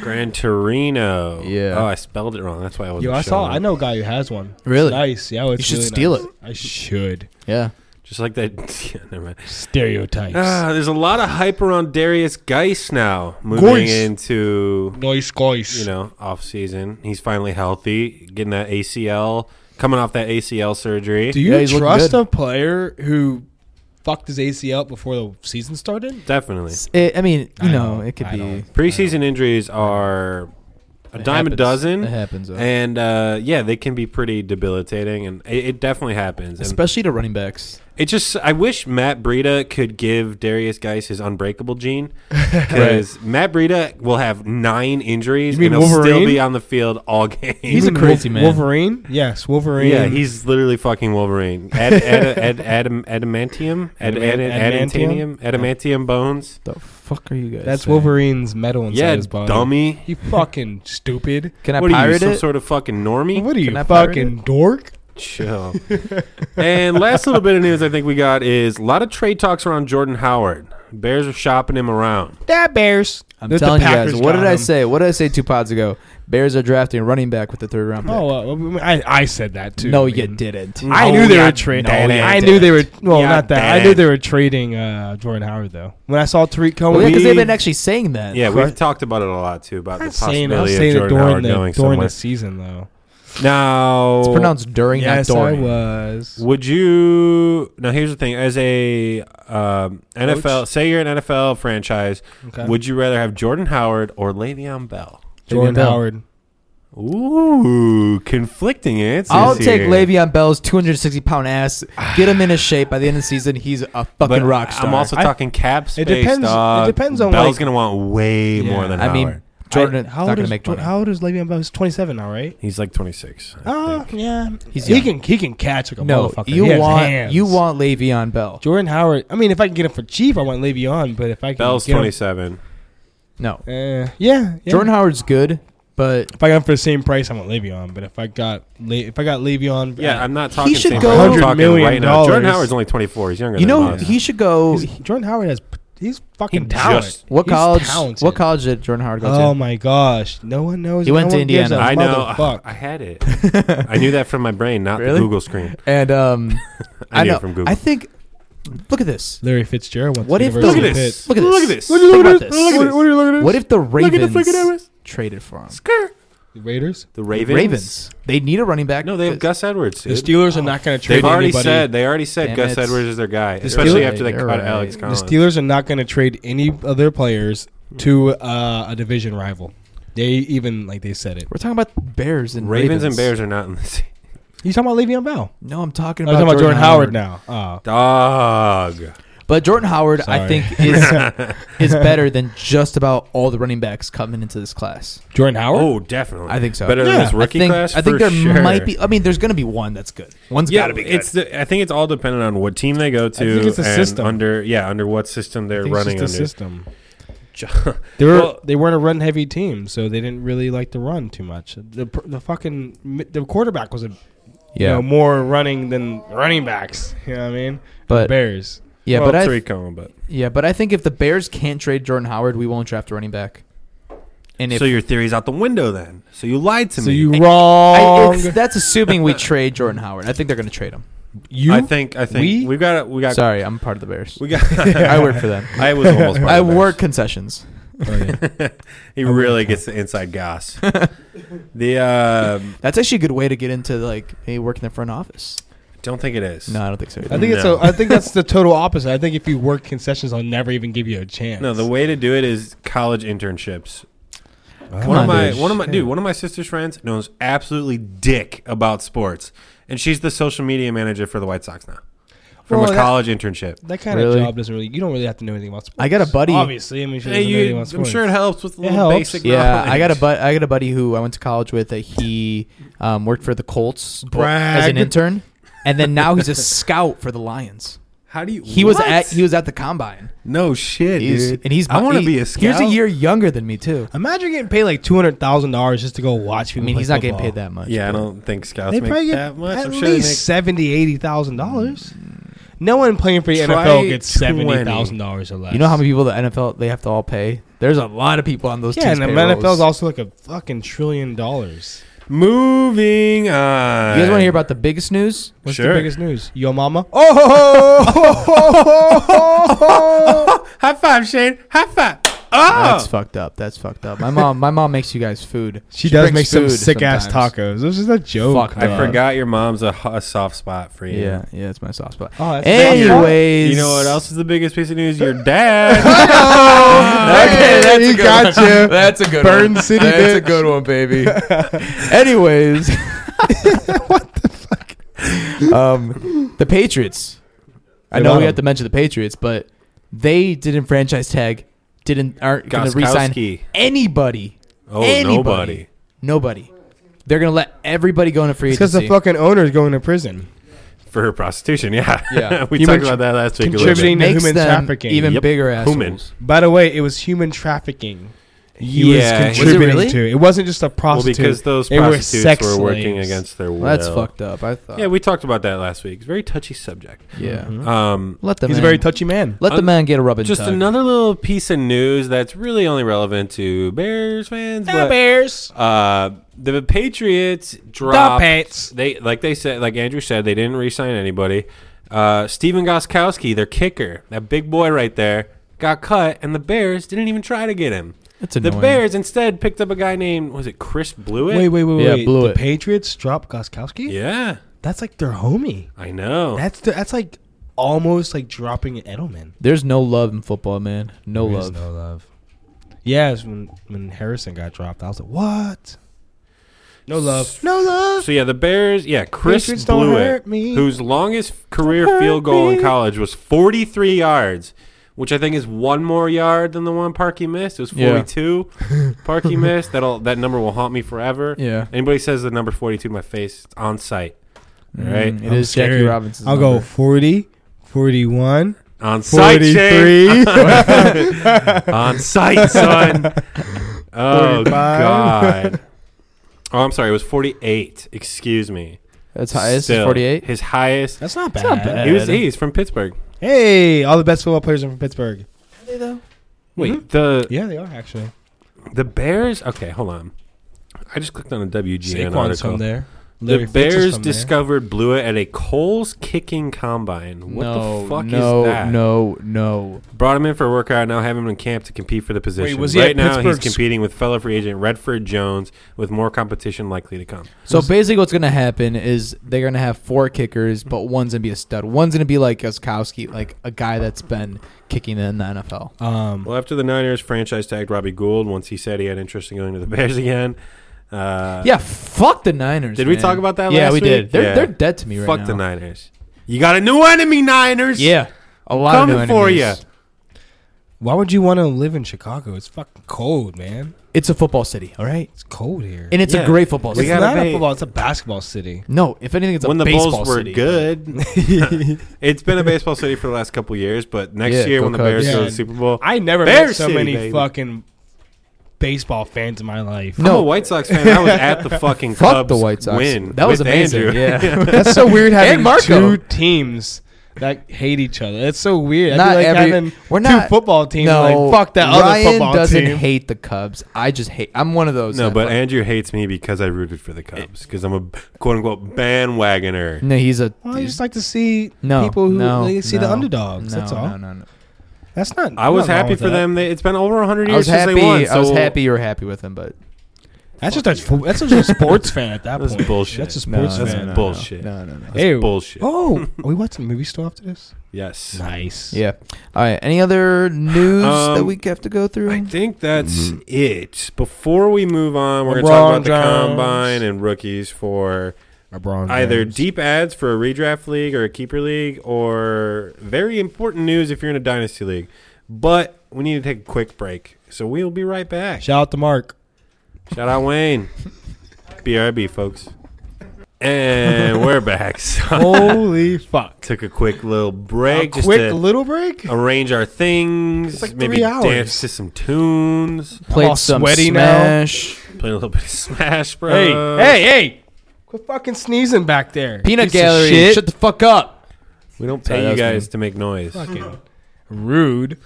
S1: Gran Torino.
S3: Yeah.
S1: Oh, I spelled it wrong. That's why I was.
S2: Yo, I saw. I know a guy who has one. It's
S3: Really?
S2: nice. Yeah, it's
S3: You should
S2: really
S3: steal
S2: nice.
S3: it.
S2: I should.
S3: Yeah.
S1: Just like that. Yeah, never mind.
S2: Stereotypes.
S1: Ah, there's a lot of hype around Darius Geis now. Moving
S2: Geis.
S1: into
S2: nice guys.
S1: you know off season, he's finally healthy, getting that ACL, coming off that ACL surgery.
S2: Do you
S3: Yeah, he's looking
S2: trust
S3: good.
S2: a player who fucked his ACL up before the season started?
S1: Definitely,
S3: It, I mean, you
S2: I
S3: know,
S2: don't-
S3: it could
S2: I
S3: be
S2: don't.
S1: preseason injuries are a
S3: it
S1: dime
S3: happens.
S1: a dozen.
S3: It happens, though.
S1: And uh, yeah, they can be pretty debilitating, and it, it definitely happens. And
S3: especially to running backs.
S1: It just I wish Matt Breida could give Darius Geis his unbreakable gene because Matt Breida will have nine injuries
S2: You mean
S1: and he'll still
S2: Wolverine?
S1: be on the field all game.
S3: He's a
S2: Even
S3: crazy
S2: Wolf-
S3: man.
S2: Wolverine? Yes, Wolverine.
S1: yeah, he's literally fucking Wolverine. Ad, ad, ad, adam, adamantium, ad, ad, adamantium,
S2: Adamantium?
S1: adamantium bones.
S3: The fuck are you guys?
S2: That's
S3: saying?
S2: Wolverine's metal inside
S1: Yeah,
S2: his body.
S1: dummy.
S2: You fucking stupid.
S3: Can I
S1: what are you,
S3: pirate
S1: some
S3: it?
S1: sort of fucking normie?
S2: What are you
S3: Can I pirate
S2: fucking dork?
S1: Chill. and last little bit of news I think we got is a lot of trade talks around Jordan Howard. Bears are shopping him around.
S2: That Bears.
S3: I'm
S2: That the
S3: telling you guys.
S2: Packers
S3: What
S2: got
S3: did I
S2: him.
S3: say? What did I say two pods ago? Bears are drafting a running back with the third round pick.
S2: Oh, uh, I mean, I, I said that too.
S3: no,
S2: I
S3: you
S2: mean, oh,
S3: didn't.
S2: I
S1: No,
S2: knew they
S1: you
S2: were trading.
S1: didn't.
S2: I knew they were. Well,
S1: You
S2: not that. I knew
S1: didn't.
S2: they were trading uh, Jordan Howard though. When I saw Tariq Cohen,
S3: Well, yeah, because they've
S1: we-
S3: been actually saying that.
S1: Yeah,
S2: Correct.
S1: we've talked about it a lot too about
S2: I'm
S1: the
S2: saying, I'm
S1: possibility of
S2: saying it
S1: Jordan
S2: during
S1: Howard
S2: the
S1: going
S2: during
S1: somewhere.
S2: the season though.
S1: Now,
S3: It's pronounced during,
S2: yes,
S3: not
S2: I
S3: during.
S2: was.
S1: would you? Now, here's the thing: as a um, NFL, say you're an NFL franchise,
S2: Okay.
S1: would you rather have Jordan Howard or Le'Veon Bell?
S2: Jordan
S3: Le'Veon Bell.
S2: Howard.
S1: Ooh, conflicting answers.
S3: I'll take
S1: here.
S3: Le'Veon Bell's 260 pound ass. Get him into shape by the end of the season. He's a fucking
S1: But
S3: rock star.
S1: I'm also
S2: I-
S1: talking cap space.
S2: depends- it
S1: dog.
S2: depends on,
S1: Bell's
S2: like-
S1: gonna want way
S2: Yeah,
S1: more than
S3: I mean,
S1: Howard.
S3: Jordan
S2: I-
S3: is not
S2: old
S3: going
S2: is
S3: to make
S2: Jor-
S3: money.
S2: How old is Le'Veon Bell? He's 27 now, right?
S1: He's like 26. I
S2: Oh,
S1: think.
S2: yeah.
S3: He's
S2: he
S3: young.
S2: can he can catch like a
S3: no,
S2: motherfucker. He
S3: you
S2: has
S3: want
S2: hands.
S3: you want Le'Veon Bell.
S2: Jordan Howard. I mean, if I can get him for cheap, I want Le'Veon. But if I can
S1: Bell's
S2: get
S1: 27.
S3: No,
S2: him, uh, yeah, yeah.
S3: Jordan Howard's good, but
S2: If I got him for the same price, I want Le'Veon. But if I got Le- if I got Le'Veon,
S1: Yeah,
S2: uh,
S1: I'm not talking.
S3: should
S1: same
S3: go-
S1: price. I'm
S2: 100
S1: talking
S2: million
S1: right now. Jordan
S2: dollars.
S1: Howard's only 24. He's younger.
S3: you
S1: than
S3: know
S1: us.
S3: he should go.
S2: he's- Jordan Howard has he's fucking
S1: He
S2: talented.
S1: just-
S3: What
S2: He's
S3: college?
S2: talented.
S3: What college did Jordan Howard go to?
S2: Oh my gosh, no one knows.
S3: He went
S2: no
S3: to
S2: one gives
S3: Indiana.
S2: a
S1: I know.
S2: motherfuck.
S1: I had it. I knew that from my brain, not
S3: Really?
S1: the Google screen.
S3: And um,
S1: I,
S3: I,
S1: knew
S3: know.
S1: it from Google.
S3: I think Look at this.
S2: Larry Fitzgerald wants
S3: What
S2: to
S3: if
S2: be
S3: the-
S2: the
S1: Look at
S2: Pit.
S1: this.
S3: Look at
S1: Look at
S3: this.
S1: this.
S3: What are you looking at? Look at this.
S1: What are you looking at?
S3: What if the
S1: Look at the
S3: Ravens
S1: freaking Ravens.
S3: traded for him?
S1: Skirt.
S2: The Raiders.
S1: The Ravens.
S3: Ravens. They need a running back.
S1: No, they have
S3: Gus.
S1: Gus Edwards.
S2: The
S1: dude.
S2: Steelers are not going to trade
S1: They've already
S2: anybody.
S1: said they already said
S3: Damn
S1: Gus
S3: it.
S1: Especially Edwards is their guy,
S2: The
S1: especially
S2: Steelers-
S1: after they
S3: They're
S1: cut
S3: right.
S1: Alex
S3: The
S2: the
S1: Collins.
S2: Steelers are not going to trade any of their players to uh, a division rival. They even like they said it.
S3: We're talking about Bears and
S1: Ravens
S3: Ravens,
S1: and Bears are not in the same.
S2: You talking about Le'Veon Bell?
S3: No, I'm talking
S2: I'm
S3: about,
S2: talking about Jordan Howard,
S3: now.
S2: now. Oh.
S1: Dog.
S3: But Jordan Howard, I
S2: Sorry.
S3: think, is is better than just about all the running backs coming into this class.
S2: Jordan Howard.
S1: Oh, definitely.
S3: I think so.
S1: Better than
S2: Yeah.
S1: this rookie
S3: I think,
S1: class.
S3: I think
S1: for
S3: there
S1: sure.
S3: might be. I mean, there's going to be one that's good. One's
S1: yeah,
S3: got to be good.
S1: it's the. I think it's all dependent on what team they go to.
S2: think it's the
S1: and
S2: system.
S1: under. Yeah, under what system they're
S2: I think it's
S1: running
S2: just the
S1: under.
S2: system. They were they weren't a run heavy team, so they didn't really like to run too much. The pr- the fucking mi- the quarterback was a you know, more running than running backs. You know what I mean?
S3: But-
S2: Bears.
S3: yeah,
S1: well,
S3: but I
S1: three cone, but
S3: yeah, but I think if the Bears can't trade Jordan Howard, we won't draft a running back. And if
S1: so your theory's out the window then. So you lied to
S2: So
S1: me.
S2: you
S3: I,
S2: wrong.
S3: it's, that's assuming we trade Jordan Howard, I think they're going to trade him.
S2: you
S1: I think. I think
S2: We?
S1: we, got. We got.
S3: Sorry, I'm part of the Bears.
S1: We got.
S3: I work for them.
S1: I was almost. part
S3: I
S1: of the
S3: work concessions.
S2: Oh,
S1: he really gets the inside goss. the um,
S3: That's actually a good way to get into like hey, work in the front office.
S1: don't think it is.
S3: No, I don't think so.
S2: I think it's
S1: No.
S2: a, I think that's the total opposite. I think if you work concessions, I'll never even give you a chance.
S1: No, the way to do it is college internships.
S2: Wow.
S1: one
S3: on,
S1: of my
S3: dude.
S1: one of my dude, one of my sister's friends knows absolutely dick about sports, and she's the social media manager for the White Sox now from
S2: Well,
S1: a
S2: that-
S1: college internship.
S2: that kind
S3: Really?
S2: of job doesn't really. You don't really have to know anything about sports.
S3: I got a buddy-
S2: Obviously, I mean, she
S1: Hey,
S2: doesn't know anything
S1: you,
S2: about
S1: I'm
S2: sports.
S1: sure it helps with a
S2: It
S1: little
S2: helps.
S1: basic.
S3: Yeah, I got a
S1: knowledge.
S3: bud. I got a buddy who I went to college with that he um, worked for the Colts bo- as
S2: Brag.
S3: an intern, and then now he's a scout for the Lions.
S1: How do you?
S3: He was
S1: what?
S3: at he was at the combine.
S1: no shit,
S3: He's,
S1: dude.
S3: and he's
S1: I want to
S3: he-
S1: be a scout.
S3: He was a year younger than me too.
S2: Imagine getting paid like two hundred thousand dollars just to go watch
S3: I
S2: people.
S3: mean,
S2: play
S3: he's not getting
S2: football.
S3: paid that much.
S1: Yeah, I
S3: but-
S1: don't think scouts
S2: They
S1: make
S2: probably get
S1: that much.
S2: at
S1: I'm sure they make
S2: least seventy, eighty thousand dollars.
S3: Mm.
S2: No one playing for the
S1: Try
S2: NFL gets
S1: 20.
S2: seventy thousand dollars or less.
S3: You know how many people the NFL they have to all pay? There's a lot of people on those
S2: Yeah,
S3: teams.
S2: and the
S3: payrolls.
S2: NFL's also like a fucking trillion dollars.
S1: Moving on.
S3: You guys want to hear about the biggest news?
S2: What's
S1: Sure.
S2: the biggest news? Yo, mama.
S3: Oh,
S2: Oh!
S1: High five, Shane. High five.
S3: that's
S1: Oh,
S3: fucked up. That's fucked up. My mom, my mom makes you guys food.
S2: She, does
S3: brings
S2: make some
S3: food
S2: sick ass
S3: sometimes.
S2: tacos. This is a joke.
S3: Fuck,
S1: I
S3: Uh,
S1: forgot your mom's a, ho- a soft spot for you.
S3: Yeah, yeah, it's my soft spot.
S2: Oh, that's
S3: Anyways,
S1: You know what else is the biggest piece of news? Your dad. Oh.
S3: okay, that's
S2: He
S3: a good
S2: got
S3: one.
S2: you.
S3: That's a good
S2: Burn
S3: one.
S2: City,
S3: That's a
S2: bitch.
S3: good one, baby. Anyways, what the fuck? Um, the Patriots. I
S2: They
S3: know
S2: want
S3: we
S2: him.
S3: have to mention the Patriots, but they didn't franchise tag, didn't aren't going to resign
S1: Goskowski.
S3: anybody.
S1: Oh,
S3: Anybody.
S1: nobody.
S3: Nobody. They're going to let everybody go into free
S2: Because
S3: agency.
S2: the fucking owner is going to prison.
S1: For prostitution, yeah.
S3: Yeah.
S1: we
S2: Human
S1: talked about that last week. a little bit.
S2: contributing-
S3: makes
S2: human
S3: them
S2: trafficking.
S3: even
S1: Yep.
S3: bigger assholes.
S1: Human.
S2: By the way, it was human trafficking. He
S1: Yeah, was
S2: was
S1: it
S2: contributing
S3: really?
S2: to. It wasn't just a
S1: Well,
S2: prostitute.
S1: because those
S2: They were
S1: prostitutes
S2: sex
S1: were, working
S2: slaves.
S1: against their will.
S3: Well, that's fucked up. Mm-hmm. I thought.
S1: Yeah, we talked about that last week. It's a very touchy subject.
S3: Yeah.
S1: Um,
S3: Let the
S2: he's a
S3: man,
S2: very touchy man.
S3: let the
S1: Un-
S3: man get a rub and
S1: just
S3: tug.
S1: another little piece of news that's really only relevant to Bears fans. but-
S2: Bears.
S1: Uh, the Patriots dropped.
S2: Pats.
S1: They like they said, like Andrew said, they didn't re-sign anybody. Uh, Steven Goskowski, their kicker, that big boy right there, got cut, and the Bears didn't even try to get him.
S3: That's
S1: The
S3: annoying.
S1: Bears instead picked up a guy named was it Chris Blewett?
S2: Wait, wait, wait,
S3: Yeah,
S2: wait.
S3: blew
S2: the
S3: it.
S2: Patriots drop Goskowski?
S1: Yeah,
S2: That's like their homie.
S1: I know.
S2: That's the, that's like almost like dropping an Edelman.
S3: There's no love in football, man. No
S2: There is
S3: love.
S2: no love. Yeah, it's when when Harrison got dropped, I was like, what? No love. No love.
S1: so yeah, the Bears. Yeah, Chris
S2: Patriots don't
S1: Blewett,
S2: hurt me.
S1: whose longest career
S2: Hurt
S1: field goal in
S2: me.
S1: college was 43 yards, which I think is one more yard than the one Parky missed. It was
S3: Yeah.
S1: 42. Parky missed. That'll that number will haunt me forever.
S3: Yeah.
S1: Anybody says the number 42 in my face, it's on site. All right.
S3: Mm, it is Jackie Robinson's
S2: I'll go
S3: number.
S2: 40, 41,
S1: On site, Shane.
S2: 43.
S1: on site, son. Oh,
S2: 45.
S1: God. Oh, I'm sorry. It was 48. Excuse me.
S3: That's highest is
S1: Still,
S3: 48.
S1: His highest.
S2: That's not bad.
S3: not bad.
S1: He was, he's from Pittsburgh.
S2: Hey, all the best football players are from Pittsburgh.
S1: Wait,
S2: Mhm.
S1: the
S2: Yeah, they are actually.
S1: the Bears. Okay, hold on. I just clicked on a WGN
S2: Saquon's
S1: article.
S2: from there. Larry
S1: the
S2: Fitz is
S1: Bears
S2: from there.
S1: discovered Blua at a Coles kicking combine. What
S3: no,
S1: the fuck
S3: no,
S1: is that?
S3: No, no.
S1: Brought him in for a workout. Now have him in camp to compete for the position.
S2: was he
S1: right
S2: at
S1: now he's
S2: Pittsburgh's-
S1: competing with fellow free agent Redford Jones, with more competition likely to come.
S3: So basically, what's gonna happen is they're gonna have four kickers, but one's gonna be a stud. One's gonna be like Oskowski, like a guy that's been kicking in the NFL.
S2: Um,
S1: Well, after the Niners franchise tagged Robbie Gould, once he said he had interest in going to the Bears again. Uh,
S3: yeah, fuck the Niners.
S1: Did we
S3: man.
S1: talk about that
S3: Yeah,
S1: last
S3: we
S1: week?
S3: did. They're,
S1: Yeah.
S3: they're dead to me right
S1: Fuck
S3: now.
S1: the Niners. You got a new enemy, Niners.
S3: Yeah, a lot
S1: Coming
S3: of new
S1: for
S3: enemies.
S1: ya.
S2: why would you want to live in Chicago? It's fucking cold, man.
S3: It's a football city, all right,
S2: It's cold here.
S3: and it's
S1: Yeah.
S3: a great football
S1: We
S2: it's
S3: city.
S1: got- gotta
S2: not a
S1: be-
S2: football. It's a basketball city.
S3: no, if anything, it's a
S1: when the
S3: baseball
S1: Bulls were
S3: city.
S1: good, it's been a baseball city for the last couple years. But next
S3: Yeah,
S1: year,
S3: go
S1: when the
S3: Cubs.
S1: Bears go to
S2: Yeah.
S1: the Super Bowl,
S2: I never
S1: Bear
S2: met so
S1: City,
S2: many
S1: baby.
S2: fucking baseball fans in my life.
S1: I'm a White Sox fan. I was at the fucking
S3: Fuck
S1: Cubs
S3: the White Sox.
S1: win.
S3: That was
S1: with
S3: amazing.
S1: Andrew.
S3: Yeah,
S2: That's so weird
S3: having
S2: having two
S3: two
S2: teams that hate each other. That's so weird.
S3: Not
S2: I'd be like
S3: every-
S2: having
S3: we're
S2: two
S3: not-
S2: football teams.
S3: no,
S2: like fuck that
S3: Ryan
S2: other football
S3: doesn't
S2: team.
S3: hate the Cubs. I just hate. I'm one of those.
S1: No,
S3: that
S1: but
S3: fuck-
S1: Andrew hates me because I rooted for the Cubs because I'm a quote unquote bandwagoner.
S3: no, he's a.
S2: Well, I just like to see
S3: no,
S2: people who
S3: no,
S2: they see the
S3: no,
S2: underdogs.
S3: no,
S2: that's all.
S3: No, no, no.
S2: That's not.
S1: I was
S2: nothing wrong
S1: happy
S2: with
S1: for
S2: that.
S1: them. They, it's been over 100
S3: I
S1: years
S3: was
S1: since
S3: happy.
S1: they won.
S3: I was
S1: so-
S3: happy you were happy with him, but
S2: That's just a, fo- that's just a sports fan at that
S1: That's
S2: point.
S1: bullshit.
S2: That's a
S3: no,
S2: sports
S1: that's
S2: fan.
S3: no,
S1: bullshit.
S3: No, no, no.
S1: That's
S2: Hey,
S1: bullshit.
S2: Oh, are we watching the movie still after this?
S1: Yes.
S2: Nice.
S3: Yeah. All right. Any other news
S1: Um,
S3: that we have to go through?
S1: I think that's
S3: Mm-hmm.
S1: it. Before we move on, we're going to
S2: LeBron
S1: talk about
S2: James.
S1: the combine and rookies for
S2: LeBron
S1: either
S2: James.
S1: deep ads for a redraft league or a keeper league, or very important news if you're in a dynasty league. But we need to take a quick break, so we'll be right back.
S2: Shout out to Mark.
S1: Shout out Wayne, BRB folks, and we're back. So
S2: Holy fuck!
S1: took a quick little break,
S2: a
S1: just
S2: quick
S1: to
S2: little break.
S1: arrange our things,
S2: It's like
S1: maybe
S2: three hours.
S1: dance to some tunes,
S3: Played
S2: all
S3: some
S2: sweaty now.
S3: Smash.
S1: play a little bit of Smash Bros.
S2: Hey, hey, hey! Uh, Quit fucking sneezing back there.
S3: Peanut
S2: Piece of
S3: Gallery.
S2: shit.
S3: Shut the fuck up.
S1: We don't
S3: Sorry,
S1: pay
S3: that
S1: you
S3: was
S1: guys
S3: me.
S1: to make noise.
S2: Fucking rude.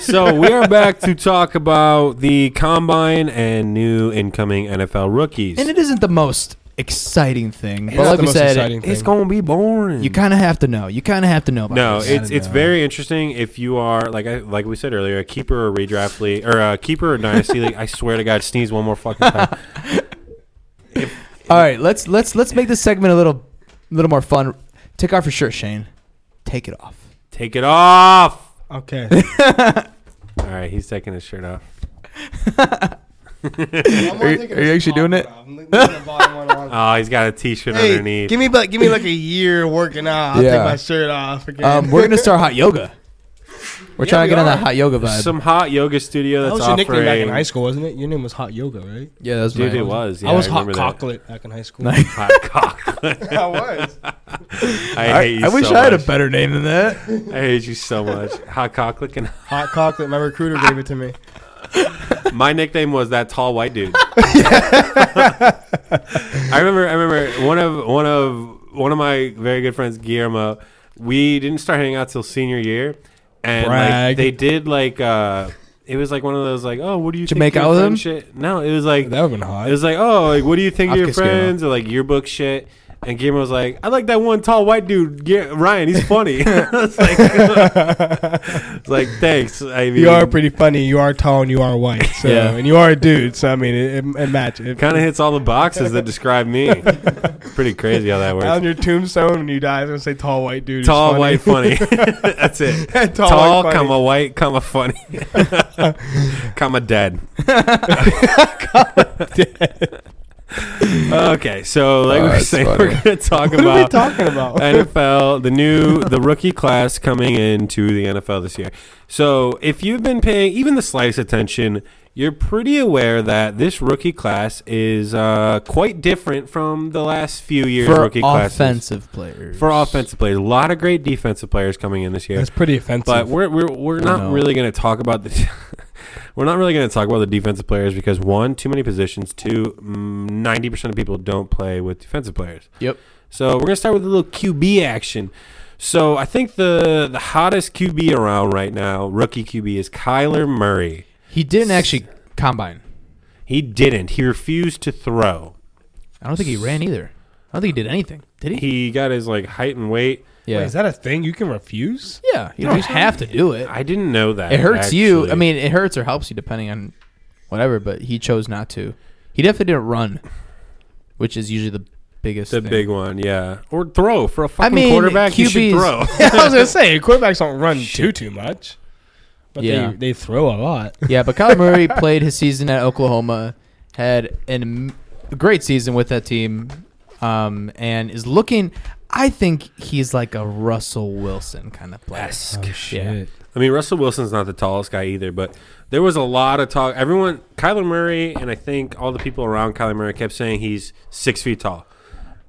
S1: so we are back to talk about the combine and new incoming NFL rookies.
S3: And it isn't the most exciting thing, but
S2: Not
S3: like
S2: the
S3: we
S2: most
S3: said,
S2: exciting thing.
S1: it's gonna be boring.
S3: you kind of have to know. You kind of have to know. About
S1: Mm. no,
S3: this.
S1: it's
S2: I don't
S1: it's
S2: know.
S1: very interesting. If you are like I like we said earlier, a keeper or redraft league or a keeper or dynasty league. I swear to God, sneeze one more fucking time.
S3: all right. Let's let's let's make this segment a little little more fun. Take off your shirt, Shane. Take it off.
S1: Take it off.
S2: Okay.
S1: All right, he's taking his shirt off.
S3: Are you- are you actually doing it?
S1: Oh, he's got a t-shirt
S2: hey,
S1: underneath.
S2: give me like give me like a year working out. I'll
S3: Yeah.
S2: take my shirt off again.
S3: Um, we're gonna start hot yoga. We're
S2: Yeah,
S3: trying
S2: we
S3: to get on
S2: are.
S3: that hot yoga vibe.
S1: Some hot yoga studio
S2: that
S1: that's
S2: was your nickname back in
S1: offering.
S2: high school, wasn't it? Your name was Hot Yoga, right?
S3: yeah, that's
S1: Dude,
S3: my-
S1: it was. Yeah,
S2: I was
S1: I
S2: Hot
S1: remember that.
S2: Cocklet back in high school.
S3: Nice.
S1: Hot cocklet.
S2: I was.
S1: I,
S3: I,
S1: hate you
S3: I wish
S1: so
S3: I had a
S1: much.
S3: better name than that.
S1: I hate you so much. Hot cocklet and
S2: Hot Cocklet. My recruiter gave it to me.
S1: My nickname was that tall white dude. I remember. I remember one of one of one of my very good friends, Guillermo. We didn't start hanging out till senior year, and like
S2: Brag.
S1: they did like uh, it was like one of those like, oh, what do you
S3: Did you
S1: think
S3: make
S1: of
S3: out
S1: your
S3: with
S1: friend
S3: him?
S1: Shit? No, it was like
S2: That would have been
S1: it
S2: hot.
S1: was like oh, like what do you think
S3: I've
S1: of your
S3: kissed Guillermo.
S1: friends or like yearbook shit. And Guillermo was like, I like that one tall white dude, Gu- Ryan. He's funny. I was like, it's like, thanks. I mean,
S2: You are pretty funny. You are tall and you are white. So,
S3: Yeah.
S2: and you are a dude. So I mean, it, it, it matches.
S1: Kind of hits all the boxes that describe me. Pretty crazy how that
S2: on
S1: works.
S2: your tombstone when you die, it's gonna say tall white dude. is
S1: Tall,
S2: funny.
S1: white, funny. That's it.
S2: tall,
S1: Tall,
S2: white, funny.
S1: comma white, comma funny, comma dead. okay, so like
S3: Oh,
S1: we were
S3: that's
S1: saying,
S3: funny.
S1: we're going to talk
S2: What are we
S1: about
S2: talking about?
S1: NFL, the new the rookie class coming into the NFL this year. So if you've been paying even the slightest attention, you're pretty aware that this rookie class is uh, quite different from the last few years
S3: For
S1: rookie classes.
S3: offensive players.
S1: For offensive players, a lot of great defensive players coming in this year.
S2: That's pretty offensive.
S1: But we're we're, we're not
S3: No.
S1: really going to talk about the we're not really going to talk about the defensive players because one, too many positions. Two, mm, ninety percent of people don't play with defensive players.
S3: Yep.
S1: So we're going to start with a little QB action. So I think the the hottest QB around right now, rookie QB, is Kyler Murray.
S3: He didn't actually combine.
S1: He didn't. He refused to throw.
S3: I don't think he ran either. I don't think he did anything. Did he?
S1: He got his like height and weight.
S3: yeah.
S2: Wait, is that a thing you can refuse?
S3: yeah. You don't have to do it.
S1: I didn't know that.
S3: It hurts you. I
S1: actually.
S3: mean, it hurts or helps you depending on whatever, but he chose not to. He definitely didn't run, which is usually the biggest
S1: the
S3: thing.
S1: big one, yeah. Or throw for a fucking
S3: mean,
S1: quarterback. You should
S3: QBs
S1: throw.
S2: I was gonna say quarterbacks don't run too too much, but
S3: Yeah.
S2: they they throw a lot.
S3: Yeah, but Kyler Murray played his season at Oklahoma, had an, am- a great season with that team, um, and is looking. I think he's like a Russell Wilson kind of player. shit.
S1: I mean, Russell Wilson's not the tallest guy either, but there was a lot of talk. Everyone, Kyler Murray, and I think all the people around Kyler Murray kept saying he's six feet tall.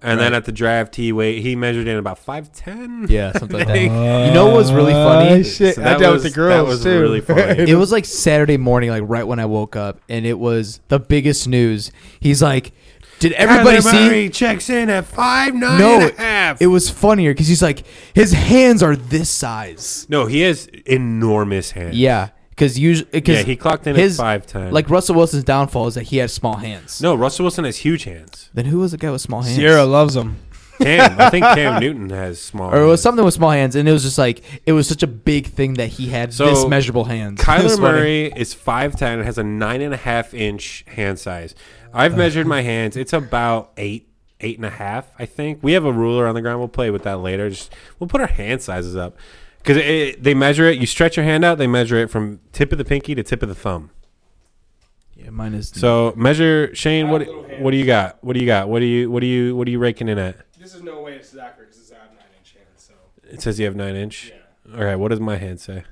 S1: And then at the draft, he weigh he measured in about five ten.
S3: Yeah, something like that. You know what was really funny?
S2: Uh, Shit,
S1: So
S2: I
S1: that
S2: dealt
S1: was-
S2: with the girls
S1: that was
S2: too.
S1: really funny.
S3: It was like Saturday morning, like right when I woke up, and it was the biggest news. He's like, "Did everybody
S1: Kyler
S3: see?"
S1: Murray checks in at five nine
S3: No,
S1: and a half.
S3: It was funnier because he's like, his hands are this size.
S1: no, he has enormous hands.
S3: Yeah, because usually,
S1: yeah, he clocked in
S3: his-
S1: at five ten.
S3: like Russell Wilson's downfall is that he has small hands.
S1: no, Russell Wilson has huge hands.
S3: Then who was the guy with small hands?
S2: Sierra loves them.
S1: Cam, I think Cam Newton has small.
S3: Or it was
S1: hands.
S3: something with small hands, and it was just like it was such a big thing that he had
S1: So,
S3: this measurable hands. It was
S1: Kyler
S3: funny.
S1: Murray is five ten and has a nine and a half inch hand size. I've measured my hands; it's about eight, eight and a half. I think we have a ruler on the ground. We'll play with that later. Just we'll put our hand sizes up because they measure it. You stretch your hand out; they measure it from tip of the pinky to tip of the thumb.
S3: Yeah, mine is
S1: So measure, Shane. What what do you got? What do you got? What do you what do you what are you raking in at?
S2: This is no way it's accurate because it's out nine inch hands. So
S1: It says you have nine inch. All right. What does my hand say?